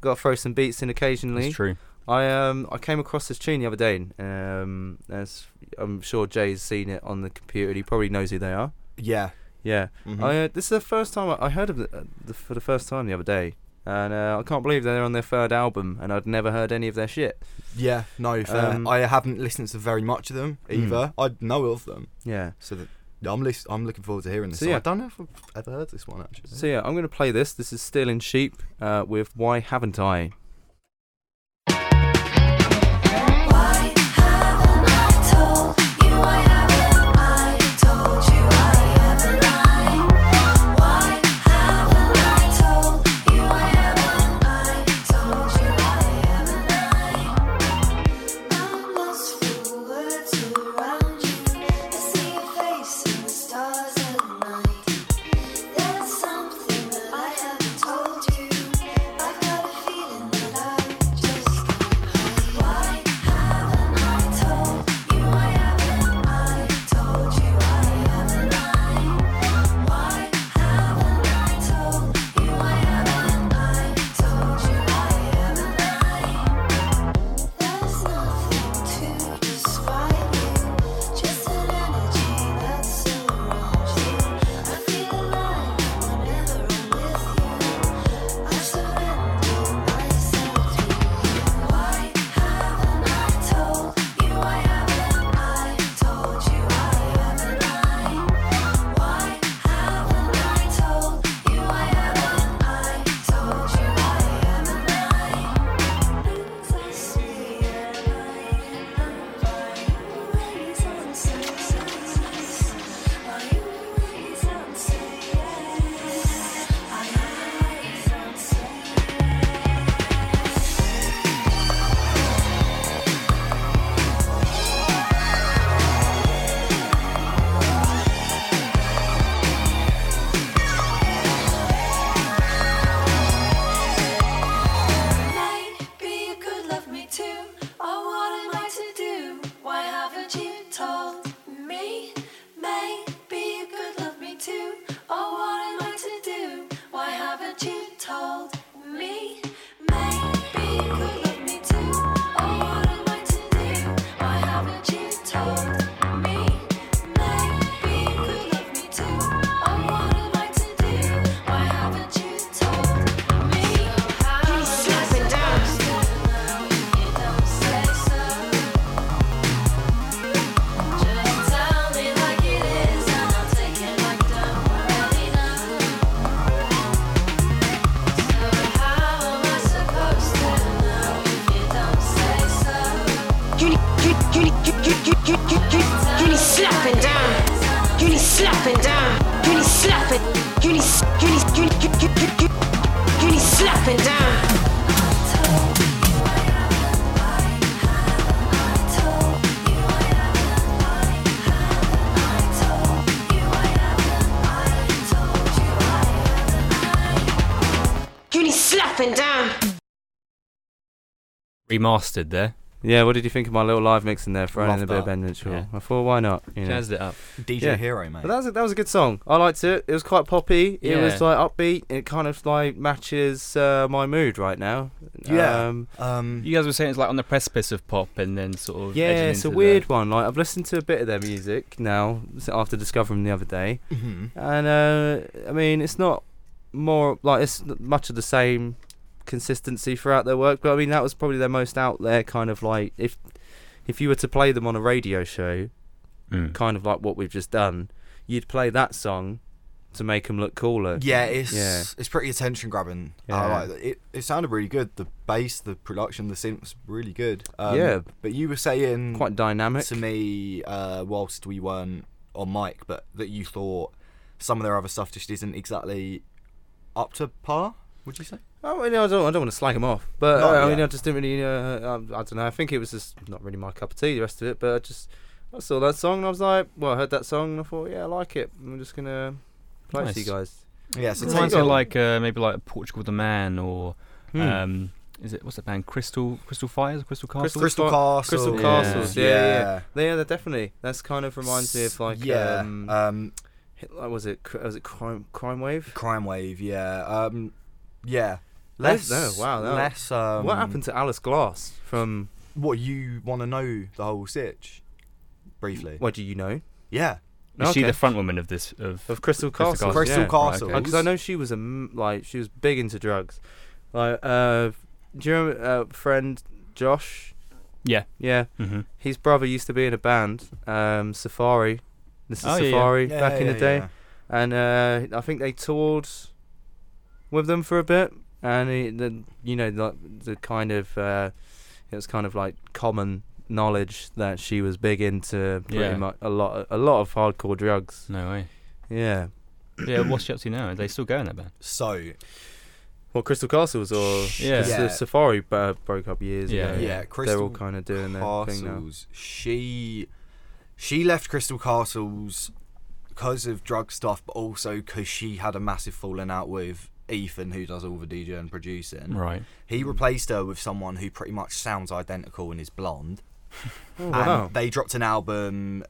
Speaker 1: Got to throw some beats in occasionally.
Speaker 3: That's true.
Speaker 1: I um I came across this tune the other day. Um, as I'm sure Jay's seen it on the computer. and He probably knows who they are.
Speaker 2: Yeah.
Speaker 1: Yeah.
Speaker 2: Mhm.
Speaker 3: Mm-hmm.
Speaker 1: I uh, this is the first time I, I heard of the, uh, the for the first time the other day, and uh, I can't believe they're on their third album, and I'd never heard any of their shit.
Speaker 2: Yeah, no, fair.
Speaker 1: Um, hmm.
Speaker 2: I haven't listened to very much of them either. I know of them,
Speaker 1: Yeah.
Speaker 2: so that I'm lis- I'm looking forward to hearing this.
Speaker 1: So,
Speaker 2: song.
Speaker 1: yeah.
Speaker 2: I don't know if I've ever heard this one actually.
Speaker 1: So yeah, I'm gonna play this. This is Stealing Sheep uh, with Why Haven't I?
Speaker 5: Stars at night. There's something that I haven't told you. I've got a feeling that
Speaker 6: You need, you, you need, you, you, you, you, you, you, you need slapping down. You need slapping down. You need slapping. You need, you need, you, you, you, you, you, you need slapping down. You need slapping down.
Speaker 3: Remastered there.
Speaker 1: Yeah, what did you think of my little live mix in there, throwing in
Speaker 2: Loved
Speaker 1: a bit of
Speaker 2: that.
Speaker 1: Ben Mitchell?
Speaker 3: Yeah.
Speaker 1: I thought, why not? You know.
Speaker 3: Jazzed it up.
Speaker 2: DJ
Speaker 1: Yeah.
Speaker 2: Hero, mate.
Speaker 1: But that was, a, that was a good song. I liked it. It was quite poppy. It was
Speaker 3: Yeah.
Speaker 1: like upbeat. It kind of like matches uh, my mood right now.
Speaker 2: Yeah.
Speaker 1: Um,
Speaker 2: um,
Speaker 3: You guys were saying it's like on the precipice of pop and then sort of.
Speaker 1: yeah,
Speaker 3: edging
Speaker 1: it's a
Speaker 3: into the-
Speaker 1: weird one. Like I've listened to a bit of their music now s- after discovering them the other day,
Speaker 2: mhm.
Speaker 1: and uh, I mean it's not more like it's n- much of the same consistency throughout their work. But I mean that was probably their most out there kind of like if if you were to play them on a radio show,
Speaker 2: Hmm.
Speaker 3: Mm.
Speaker 1: kind of like what we've just done, you'd play that song to make them look cooler.
Speaker 2: yeah, it's
Speaker 1: yeah.
Speaker 2: it's pretty attention grabbing.
Speaker 1: Yeah.
Speaker 2: I like it. it. It sounded really good. The bass, the production, the synths, really good. Um,
Speaker 1: Yeah.
Speaker 2: But you were saying
Speaker 1: quite dynamic.
Speaker 2: to me uh, whilst we weren't on mic, but that you thought some of their other stuff just isn't exactly up to par. Would you say?
Speaker 1: Oh, I, mean, I don't, I don't want to slag him off, but
Speaker 2: No,
Speaker 1: uh, I mean,
Speaker 2: yeah.
Speaker 1: I just didn't really, uh, I, I don't know. I think it was just not really my cup of tea. The rest of it, but I just I saw that song and I was like, well, I heard that song and I thought, yeah, I like it. I'm just gonna play it to you
Speaker 3: Nice.
Speaker 1: guys.
Speaker 2: Yeah. So
Speaker 1: It's
Speaker 3: It
Speaker 2: take
Speaker 1: Mine's
Speaker 3: reminds
Speaker 2: it-
Speaker 3: me
Speaker 1: got-
Speaker 3: of like uh, maybe like Portugal the Man or
Speaker 1: Hmm.
Speaker 3: um, is it what's that band? Crystal Crystal Fires, Crystal Castles.
Speaker 2: Crystal
Speaker 1: Ca-
Speaker 2: Castle.
Speaker 1: Crystal
Speaker 3: Yeah.
Speaker 1: Castles. Yeah, yeah, yeah.
Speaker 2: Yeah.
Speaker 1: Yeah, they're definitely. That's kind of reminds me of like,
Speaker 2: yeah,
Speaker 1: um,
Speaker 2: um,
Speaker 1: hit- like, was it cr- was it crime crime wave?
Speaker 2: crime wave. Yeah, um, yeah.
Speaker 1: Less-
Speaker 2: Less.
Speaker 1: no, wow, no.
Speaker 2: Less. Um,
Speaker 1: what happened to Alice Glass from?
Speaker 2: What you want to know the whole sitch? Briefly.
Speaker 1: What do you know?
Speaker 2: yeah.
Speaker 3: Is she
Speaker 1: Okay.
Speaker 3: the front woman of this of,
Speaker 1: Of Crystal Castles.
Speaker 3: Castles,
Speaker 2: Crystal
Speaker 1: yeah.
Speaker 2: Castle.
Speaker 3: Right, okay.
Speaker 1: because I know she was a m- like she was big into drugs. Like, uh, do you remember uh, friend Josh?
Speaker 3: Yeah.
Speaker 1: Yeah,
Speaker 3: hmm
Speaker 1: his brother used to be in a band, um, Safari. This is
Speaker 3: Oh, yeah, yeah.
Speaker 1: Safari
Speaker 2: Yeah,
Speaker 1: back in
Speaker 2: yeah,
Speaker 1: the day,
Speaker 2: yeah.
Speaker 1: and uh, I think they toured with them for a bit. And it, the, you know, the, the kind of uh, it was kind of like common knowledge that she was big into pretty
Speaker 3: Yeah.
Speaker 1: much a lot, a lot of hardcore drugs.
Speaker 3: No way.
Speaker 1: Yeah.
Speaker 3: Yeah, what's she up to now? Are they still going that band?
Speaker 1: Oh,
Speaker 2: So
Speaker 1: Well, Crystal Castles or
Speaker 3: Yeah.
Speaker 1: yeah.
Speaker 2: Yeah.
Speaker 1: Safari uh, broke up years
Speaker 3: Yeah,
Speaker 1: ago.
Speaker 3: yeah.
Speaker 2: yeah,
Speaker 1: they're all
Speaker 2: Crystal
Speaker 1: kind of doing their thing now.
Speaker 2: Castles. She she left Crystal Castles because of drug stuff, but also because she had a massive falling out with Ethan, who does all the DJ and producing.
Speaker 3: Right.
Speaker 2: He replaced her with someone who pretty much sounds identical and is blonde.
Speaker 1: *laughs* Oh,
Speaker 2: and
Speaker 1: wow.
Speaker 2: they dropped an album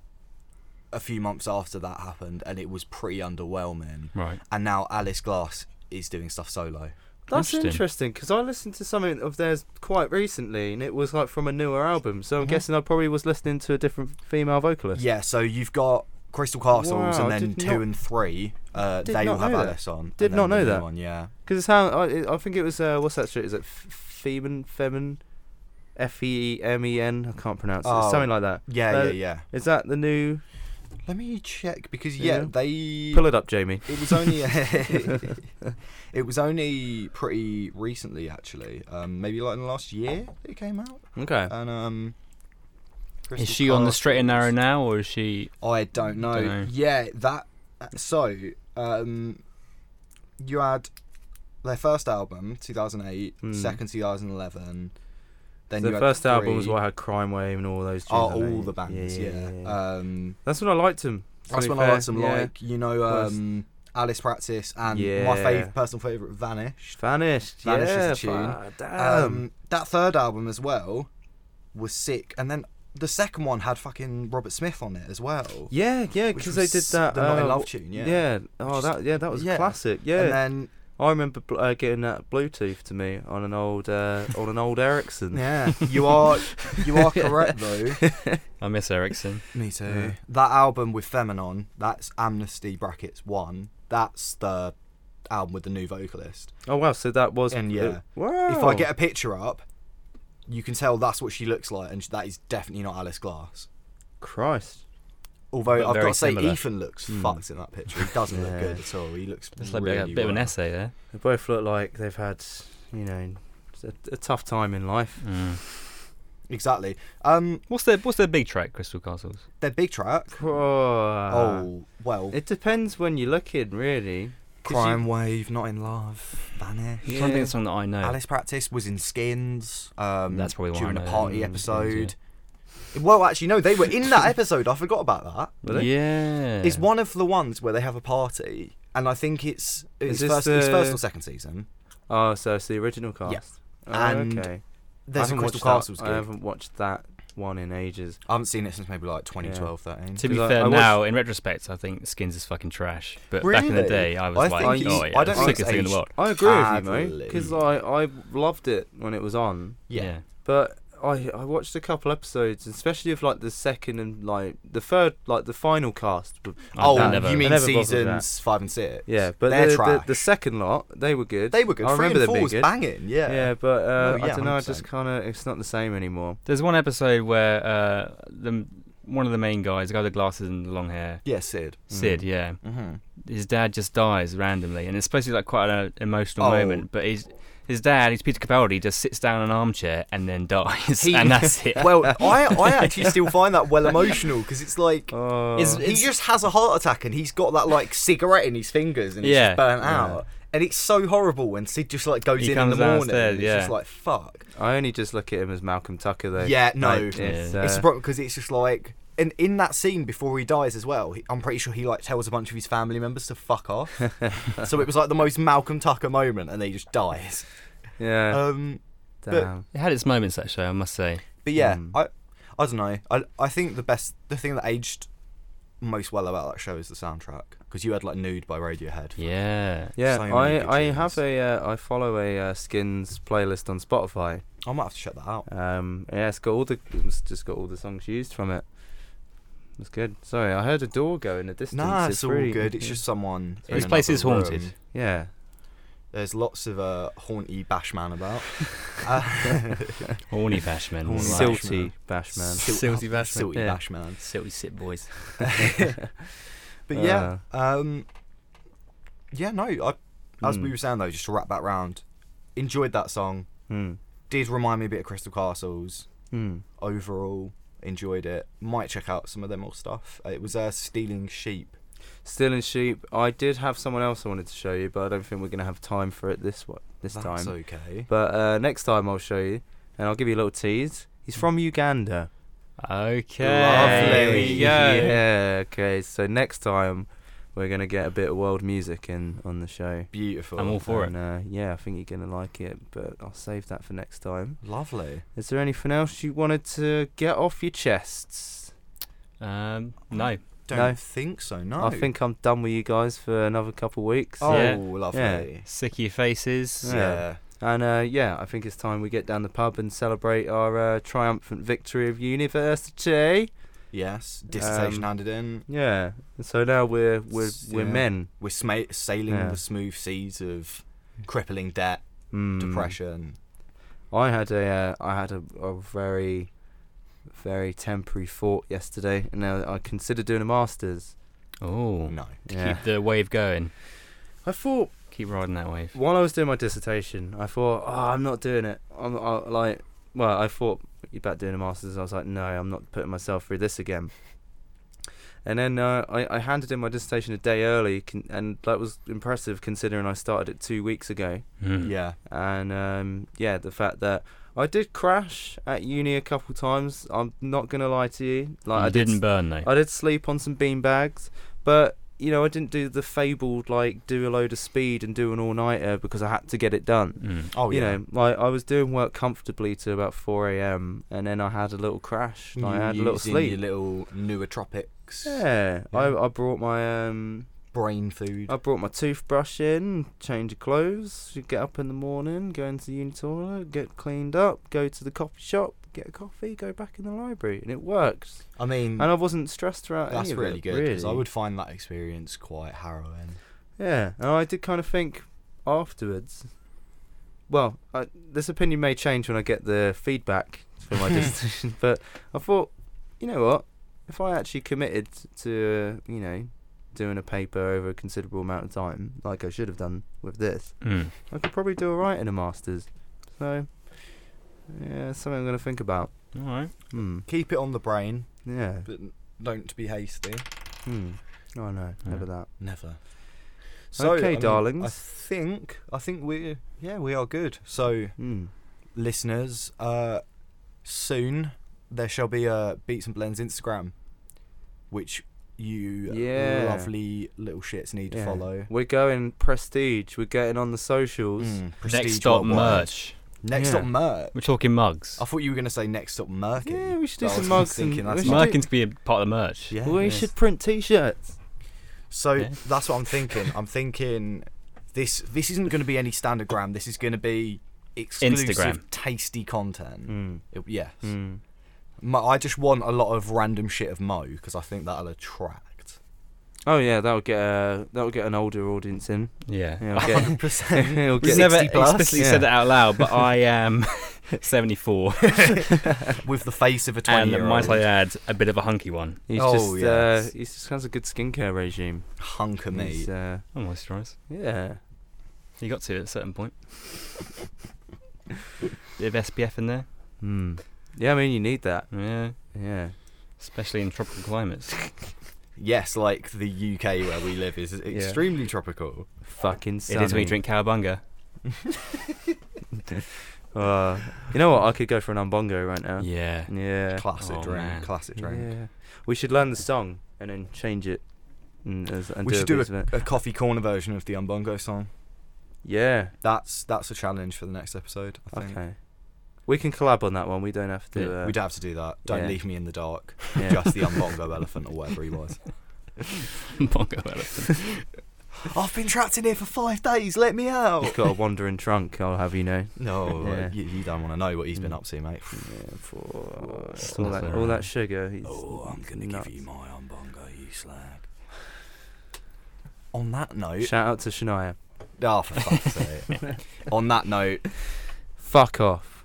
Speaker 2: a few months after that happened, and it was pretty underwhelming.
Speaker 3: Right.
Speaker 2: And now Alice Glass is doing stuff solo.
Speaker 1: That's
Speaker 3: Interesting.
Speaker 1: interesting because I listened to something of theirs quite recently, and it was like from a newer album. So I'm
Speaker 3: Mm-hmm.
Speaker 1: guessing I probably was listening to a different female vocalist.
Speaker 2: Yeah, so you've got Crystal Castles,
Speaker 1: Wow,
Speaker 2: and
Speaker 1: I
Speaker 2: then
Speaker 1: did
Speaker 2: two
Speaker 1: not-
Speaker 2: and three. Uh,
Speaker 1: did
Speaker 2: they
Speaker 1: not
Speaker 2: will have
Speaker 1: know that.
Speaker 2: Alice on. and
Speaker 1: Did
Speaker 2: then
Speaker 1: not
Speaker 2: the
Speaker 1: know
Speaker 2: new
Speaker 1: that.
Speaker 2: One, yeah.
Speaker 1: because it's how I, I think it was. Uh, what's that shit? Is it F- Femen? Femen? F e m e n. I can't pronounce it.
Speaker 2: Oh.
Speaker 1: Something like that.
Speaker 2: Yeah,
Speaker 1: Uh,
Speaker 2: yeah, yeah.
Speaker 1: Is that the new?
Speaker 2: Let me check because
Speaker 1: Yeah.
Speaker 2: yeah, they.
Speaker 1: Pull it up, Jamie.
Speaker 2: It was only. it was only pretty recently, actually. Um, maybe like in the last year that it came out.
Speaker 1: *laughs* Okay.
Speaker 2: And um.
Speaker 3: Is
Speaker 2: Crystal
Speaker 3: she on the straight and narrow
Speaker 2: Castles-
Speaker 3: now, or is she?
Speaker 2: I don't know.
Speaker 3: Dunno.
Speaker 2: Yeah, that. uh, So, um, you had their first album, 2008,
Speaker 1: Mm.
Speaker 2: second 2011. Then
Speaker 1: the
Speaker 2: you
Speaker 1: first
Speaker 2: had
Speaker 1: album was
Speaker 2: three-
Speaker 1: what had Crime Wave and all those. tunes,
Speaker 2: Oh,
Speaker 1: I
Speaker 2: all
Speaker 1: think.
Speaker 2: the bands, yeah. Um,
Speaker 1: That's when I liked him. to
Speaker 2: that's
Speaker 1: be
Speaker 2: when I
Speaker 1: fair,
Speaker 2: had some
Speaker 1: yeah.
Speaker 2: like, you know,
Speaker 1: Worst.
Speaker 2: um, Alice Practice and my
Speaker 1: Yeah.
Speaker 2: fav- personal favorite, Vanished.
Speaker 1: Vanished.
Speaker 2: Vanished is
Speaker 1: yeah,
Speaker 2: a tune.
Speaker 1: fa- damn.
Speaker 2: Um, that third album as well was sick, and then the second one had fucking Robert Smith on it as well.
Speaker 1: yeah, yeah,
Speaker 2: which
Speaker 1: because they
Speaker 2: was
Speaker 1: did that.
Speaker 2: the Not in
Speaker 1: uh,
Speaker 2: Love tune, yeah.
Speaker 1: Yeah. Oh,
Speaker 2: is-
Speaker 1: that. Yeah, that was a
Speaker 2: yeah.
Speaker 1: classic. Yeah.
Speaker 2: And then
Speaker 1: I remember bl- uh, getting that Bluetooth to me on an old uh, on an old Ericsson.
Speaker 2: *laughs* Yeah, you are you are correct though.
Speaker 3: I miss Ericsson.
Speaker 2: Me too. That album with Feminon, that's Amnesty brackets one. That's the album with the new vocalist.
Speaker 1: Oh wow! So that was.
Speaker 2: And,
Speaker 1: uh,
Speaker 2: yeah.
Speaker 1: wow.
Speaker 2: If I get a picture up, you can tell that's what she looks like, and sh- that is definitely not Alice Glass.
Speaker 1: Christ.
Speaker 2: Although
Speaker 3: But
Speaker 2: I've got
Speaker 3: very
Speaker 2: to say,
Speaker 3: similar.
Speaker 2: Ethan looks fucked in that picture. He doesn't
Speaker 1: Yeah.
Speaker 2: look good at all. He looks
Speaker 3: That's like a bit-
Speaker 2: really
Speaker 3: a bit of an
Speaker 2: rough.
Speaker 3: essay there.
Speaker 1: They both look like they've had, you know, a, a tough time in life.
Speaker 3: Mm.
Speaker 2: exactly. Um,
Speaker 3: What's their What's their big track? Crystal Castles.
Speaker 2: their big track.
Speaker 1: Oh.
Speaker 2: Hmm. oh well,
Speaker 1: It depends when you're looking, really. 'Cause you-
Speaker 2: Crime Wave, Not in Love, Vanish.
Speaker 3: I'm trying to think
Speaker 1: Yeah.
Speaker 3: of something that I know.
Speaker 2: Alice Practice was in Skins. Um,
Speaker 3: That's probably why I
Speaker 2: during
Speaker 3: know
Speaker 2: a
Speaker 3: them,
Speaker 1: Mm,
Speaker 2: party
Speaker 3: yeah,
Speaker 2: episode. Well, actually, no, they were in
Speaker 1: *laughs*
Speaker 2: that episode. I forgot about that.
Speaker 1: Were they?
Speaker 3: Yeah.
Speaker 2: It's one of the ones where they have a party, and I think it's it's
Speaker 1: this
Speaker 2: first, it's
Speaker 1: the-
Speaker 2: first or second season.
Speaker 1: Oh, so it's the original cast. Oh,
Speaker 2: And
Speaker 1: okay. I
Speaker 2: There's a
Speaker 1: haven't
Speaker 2: Crystal
Speaker 1: watched
Speaker 2: Castles.
Speaker 1: that.
Speaker 2: Gig.
Speaker 1: I haven't watched that one in ages.
Speaker 2: I haven't seen it since maybe like 2012, 13.
Speaker 3: To be
Speaker 1: 'Cause I-
Speaker 3: fair,
Speaker 1: I was-
Speaker 3: now in retrospect, I think Skins is fucking trash. But back in the
Speaker 2: Really?
Speaker 3: day, I was
Speaker 2: I
Speaker 3: like,
Speaker 2: think
Speaker 3: oh
Speaker 2: it's-
Speaker 3: yeah,
Speaker 2: I don't think
Speaker 3: sickest
Speaker 2: it's
Speaker 3: thing in the
Speaker 2: aged-
Speaker 3: world.
Speaker 1: I agree with you, mate,
Speaker 2: Sadly.
Speaker 1: because I, I loved it when it was on,
Speaker 2: yeah.
Speaker 1: but I, I watched a couple episodes, especially of like the second and like the third, like the final cast. but-
Speaker 3: I
Speaker 2: Oh,
Speaker 3: never-
Speaker 2: you
Speaker 1: I
Speaker 2: mean
Speaker 1: never bothered with that.
Speaker 2: seasons five and six?
Speaker 1: Yeah, but
Speaker 2: they're
Speaker 1: the, the-
Speaker 2: trash.
Speaker 1: The, second lot, they were good.
Speaker 2: they were good.
Speaker 1: I
Speaker 2: Three
Speaker 1: remember
Speaker 2: and
Speaker 1: them
Speaker 2: four
Speaker 1: being
Speaker 2: was
Speaker 1: good.
Speaker 2: banging. Yeah.
Speaker 1: Yeah, but uh,
Speaker 2: No,
Speaker 1: I
Speaker 2: yeah,
Speaker 1: don't know. I just
Speaker 2: 100%.
Speaker 1: kind of it's not the same anymore.
Speaker 3: There's one episode where uh, the one of the main guys, the guy with the glasses and the long hair,
Speaker 2: Yeah, Sid.
Speaker 3: Sid, yeah,
Speaker 2: Mm-hmm.
Speaker 3: his dad just dies randomly, and it's supposed to be like quite an uh, emotional
Speaker 2: Oh.
Speaker 3: moment. But he's his dad, he's Peter Capaldi, just sits down in an armchair and then dies,
Speaker 2: He-
Speaker 3: *laughs*
Speaker 2: *laughs*
Speaker 3: and that's it.
Speaker 1: *laughs*
Speaker 2: Well, I, I actually still find that well emotional because it's like
Speaker 1: Oh,
Speaker 3: It's-
Speaker 2: he just has a heart attack and he's got that like cigarette in his fingers and it's
Speaker 3: Yeah.
Speaker 2: just burnt
Speaker 1: Yeah.
Speaker 2: out. And it's so horrible when Sid just like goes
Speaker 3: He
Speaker 2: in in the
Speaker 3: comes
Speaker 2: morning.
Speaker 3: downstairs,
Speaker 2: and
Speaker 3: yeah.
Speaker 2: It's just like fuck.
Speaker 1: I only just look at him as Malcolm Tucker though.
Speaker 2: Yeah, no,
Speaker 1: Like,
Speaker 2: it's,
Speaker 1: it's,
Speaker 3: Yeah.
Speaker 2: it's
Speaker 1: uh,
Speaker 2: a problem because it's just like. And in that scene before he dies as well, he, I'm pretty sure he like tells a bunch of his family members to fuck
Speaker 3: *laughs*
Speaker 2: off. so it was like the most Malcolm Tucker moment, and then he just
Speaker 3: *laughs*
Speaker 2: dies.
Speaker 1: yeah.
Speaker 2: Um, but-
Speaker 1: damn.
Speaker 3: it had its moments that show, I must say.
Speaker 2: But yeah,
Speaker 3: Hmm.
Speaker 1: Mm.
Speaker 2: I I don't know. I I think the best the thing that aged most well about that show is the soundtrack because you had like Nude by Radiohead.
Speaker 3: Yeah,
Speaker 1: Yeah,
Speaker 2: so many good
Speaker 1: I, I have
Speaker 2: tunes.
Speaker 1: a uh, I follow a uh, Skins playlist on Spotify.
Speaker 2: I might have to check that out.
Speaker 1: Um, yeah, it's got all the it's just got all the songs used from it. It's good. Sorry, I heard a door go in the distance.
Speaker 2: Nah, it's, all
Speaker 1: really-
Speaker 2: good. It's just someone. in
Speaker 3: this place
Speaker 2: another
Speaker 3: is haunted.
Speaker 2: room.
Speaker 1: yeah.
Speaker 2: There's lots of uh, haunty bashman about. Uh,
Speaker 3: Horny bashman,
Speaker 2: Horny
Speaker 3: right.
Speaker 2: Silk-
Speaker 1: Silty Bashman. *laughs*
Speaker 2: sil-
Speaker 3: Silty
Speaker 2: *laughs*
Speaker 3: bashman.
Speaker 2: Silty
Speaker 1: Yeah.
Speaker 2: bashman.
Speaker 3: silty sit boys.
Speaker 2: But yeah, um, yeah, no. I, as we were saying though, just to wrap back round, enjoyed that song.
Speaker 1: Mm.
Speaker 2: Did remind me a bit of Crystal Castles.
Speaker 1: Mm.
Speaker 2: overall enjoyed it might check out some of them old stuff it was uh stealing sheep
Speaker 1: Still in sheep. I did have someone else I wanted to show you, but I don't think we're gonna have time for it this one this
Speaker 2: that's
Speaker 1: time.
Speaker 2: okay
Speaker 1: But uh, next time I'll show you, and I'll give you a little tease. He's from Uganda.
Speaker 3: Okay,
Speaker 2: Lovely.
Speaker 3: there we go.
Speaker 1: Yeah. Okay. So next time, we're gonna get a bit of world music in on the show.
Speaker 2: beautiful
Speaker 3: I'm all for
Speaker 1: and,
Speaker 3: it.
Speaker 1: Uh, yeah, I think you're gonna like it, but I'll save that for next time.
Speaker 2: lovely
Speaker 1: Is there anything else you wanted to get off your chests?
Speaker 3: Um, no.
Speaker 2: don't
Speaker 1: No.
Speaker 2: think so no
Speaker 1: I think I'm done with you guys for another couple of weeks.
Speaker 2: oh
Speaker 3: Yeah.
Speaker 2: lovely
Speaker 3: Sick of your faces.
Speaker 1: Yeah. And uh, yeah, I think it's time we get down the pub and celebrate our uh, triumphant victory of university.
Speaker 2: yes dissertation
Speaker 1: Um,
Speaker 2: handed in
Speaker 1: Yeah. So now we're we're
Speaker 2: S-
Speaker 1: we're
Speaker 2: yeah.
Speaker 1: men.
Speaker 2: we're sma- sailing
Speaker 1: Yeah.
Speaker 2: the smooth seas of crippling debt
Speaker 1: Mm.
Speaker 2: depression
Speaker 1: I had a uh, I had a, a very very temporary thought yesterday, and now I considered doing a masters.
Speaker 3: Oh,
Speaker 2: no
Speaker 1: Yeah.
Speaker 3: keep the wave going.
Speaker 1: I thought
Speaker 3: Keep riding that wave.
Speaker 1: while I was doing my dissertation, I thought, oh, I'm not doing it. I'm I, like, well, I thought about doing a masters. I was like, no, I'm not putting myself through this again. And then uh, I, I handed in my dissertation a day early, con- and that was impressive considering I started it two weeks ago.
Speaker 3: Hmm.
Speaker 2: yeah
Speaker 1: And um, yeah, the fact that I did crash at uni a couple times. I'm not gonna lie to you. Like
Speaker 3: you
Speaker 1: I did
Speaker 3: didn't burn though.
Speaker 1: I did sleep on some bean bags, but you know I didn't do the fabled like do a load of speed and do an all nighter because I had to get it done.
Speaker 3: Mm.
Speaker 2: oh
Speaker 1: you
Speaker 2: yeah
Speaker 1: know, like I was doing work comfortably to about four a.m. and then I had a little crash.
Speaker 2: You
Speaker 1: Like, I had a little
Speaker 2: using
Speaker 1: sleep.
Speaker 2: your little nootropics
Speaker 1: yeah,
Speaker 2: Yeah.
Speaker 1: I, I brought my um
Speaker 2: brain food
Speaker 1: I brought my toothbrush in, change of clothes, you get up in the morning, go into the uni toilet, get cleaned up, go to the coffee shop, get a coffee, go back in the library, and it worked.
Speaker 2: i mean
Speaker 1: And I wasn't stressed throughout
Speaker 2: Mm. that's
Speaker 1: any of
Speaker 2: really
Speaker 1: it,
Speaker 2: good because i
Speaker 1: really.
Speaker 2: would find that experience quite harrowing
Speaker 1: Yeah, and I did kind of think afterwards. Well, I, this opinion may change when I get the feedback for
Speaker 2: *laughs*
Speaker 1: my dissertation, but I thought, you know what? If I actually committed to, you know, doing a paper over a considerable amount of time, like I should have done with this,
Speaker 3: Mm.
Speaker 1: I could probably do alright in a master's. So, Yeah, it's something I'm gonna think about.
Speaker 3: All right.
Speaker 1: Hmm.
Speaker 2: Keep it on the brain,
Speaker 1: Yeah.
Speaker 2: but n- don't be hasty.
Speaker 1: Hmm. Oh no, never that.
Speaker 2: Never.
Speaker 1: Okay,
Speaker 2: I
Speaker 1: darlings.
Speaker 2: think I think we yeah we are good. So
Speaker 1: Hmm.
Speaker 2: listeners, uh, soon there shall be a Beats and Blends Instagram, which you
Speaker 1: Yeah.
Speaker 2: lovely little shits need to
Speaker 1: Yeah.
Speaker 2: follow.
Speaker 1: We're going prestige. We're getting on the socials.
Speaker 2: Prestige
Speaker 3: Next stop
Speaker 2: worldwide.
Speaker 3: merch.
Speaker 2: Next
Speaker 1: Yeah.
Speaker 2: up, merch.
Speaker 3: We're talking mugs.
Speaker 2: I thought you were going to say next up, merch.
Speaker 1: Yeah, we should do
Speaker 2: I was
Speaker 1: some mugs
Speaker 2: thinking
Speaker 1: and-
Speaker 2: that's
Speaker 1: we should
Speaker 2: not-
Speaker 1: do-
Speaker 3: Merkins can be a part of the merch.
Speaker 2: Yeah.
Speaker 1: We
Speaker 3: Yes.
Speaker 1: should print T-shirts.
Speaker 2: So
Speaker 3: Yeah.
Speaker 2: that's what I'm thinking. I'm thinking this this isn't going to be any standard gram. This is going to be exclusive,
Speaker 3: Instagram.
Speaker 2: tasty content.
Speaker 1: Mm.
Speaker 2: It- yes.
Speaker 1: Mm.
Speaker 2: Mo- I just want a lot of random shit of Mo because I think
Speaker 1: *laughs*
Speaker 2: that'll attract.
Speaker 1: Oh yeah, that'll get uh, that'll get an older audience *laughs* in.
Speaker 3: Yeah.
Speaker 1: Yeah, it'll get-
Speaker 2: *laughs* 100%.
Speaker 1: it'll
Speaker 3: We've
Speaker 1: get-
Speaker 3: never
Speaker 2: 60 plus,
Speaker 3: explicitly
Speaker 1: yeah.
Speaker 3: said that out loud,
Speaker 2: *laughs*
Speaker 3: but I am *laughs* 74,
Speaker 2: with the
Speaker 1: *laughs*
Speaker 2: face of a 20
Speaker 3: and
Speaker 2: year
Speaker 3: might I
Speaker 2: old.
Speaker 3: add, a bit of a hunky one.
Speaker 1: He's
Speaker 2: Oh,
Speaker 1: just
Speaker 2: yes.
Speaker 1: uh, he's just has a good skincare regime.
Speaker 2: Hunk of me.
Speaker 1: He's, uh,
Speaker 3: i moisturise.
Speaker 1: yeah.
Speaker 3: Oh, You got to at a
Speaker 2: *laughs*
Speaker 3: certain point. bit of SPF in there.
Speaker 1: Hmm. Yeah, I mean you need that.
Speaker 3: Yeah.
Speaker 1: Yeah.
Speaker 3: Especially in
Speaker 2: *laughs*
Speaker 3: tropical climates.
Speaker 2: Yes, like the UK where we live is extremely tropical.
Speaker 1: Fucking. Sunny.
Speaker 3: it is when you drink cowabunga.
Speaker 1: Uh, you know what? I could go for an umbongo right now.
Speaker 3: Yeah.
Speaker 1: Yeah.
Speaker 2: Classic
Speaker 3: Oh,
Speaker 2: drink.
Speaker 3: man.
Speaker 2: Classic drink.
Speaker 1: Yeah. We should learn the song and then change it. And, as, and
Speaker 2: We
Speaker 1: do
Speaker 2: should
Speaker 1: a
Speaker 2: do
Speaker 1: bit of
Speaker 2: a,
Speaker 1: it.
Speaker 2: a coffee corner version of the Umbongo song.
Speaker 1: Yeah.
Speaker 2: That's that's a challenge for the next episode. I think.
Speaker 1: Okay. We can collab on that one. We don't have to.
Speaker 3: Yeah,
Speaker 1: uh,
Speaker 2: We'd have to do that. Don't
Speaker 1: yeah.
Speaker 2: leave me in the dark. *laughs*
Speaker 1: yeah.
Speaker 3: *laughs*
Speaker 2: Just the umbongo elephant or whatever he was. *laughs*
Speaker 3: Bongo elephant.
Speaker 2: I've been trapped in here for five days. Let me out.
Speaker 1: *laughs* He's got a wandering trunk. I'll have you know.
Speaker 2: No,
Speaker 1: Yeah.
Speaker 2: you, you don't want to know what he's been
Speaker 1: Mm.
Speaker 2: up to, mate.
Speaker 1: Yeah, for all
Speaker 3: Sniffing
Speaker 1: that, all
Speaker 3: around.
Speaker 1: that sugar. He's Oh,
Speaker 2: Oh,
Speaker 1: nuts.
Speaker 2: my umbongo, you slag. On
Speaker 1: *laughs*
Speaker 2: that note,
Speaker 1: Shout out to Shania.
Speaker 2: *laughs* oh for fuck's sake. On that note,
Speaker 1: Fuck off.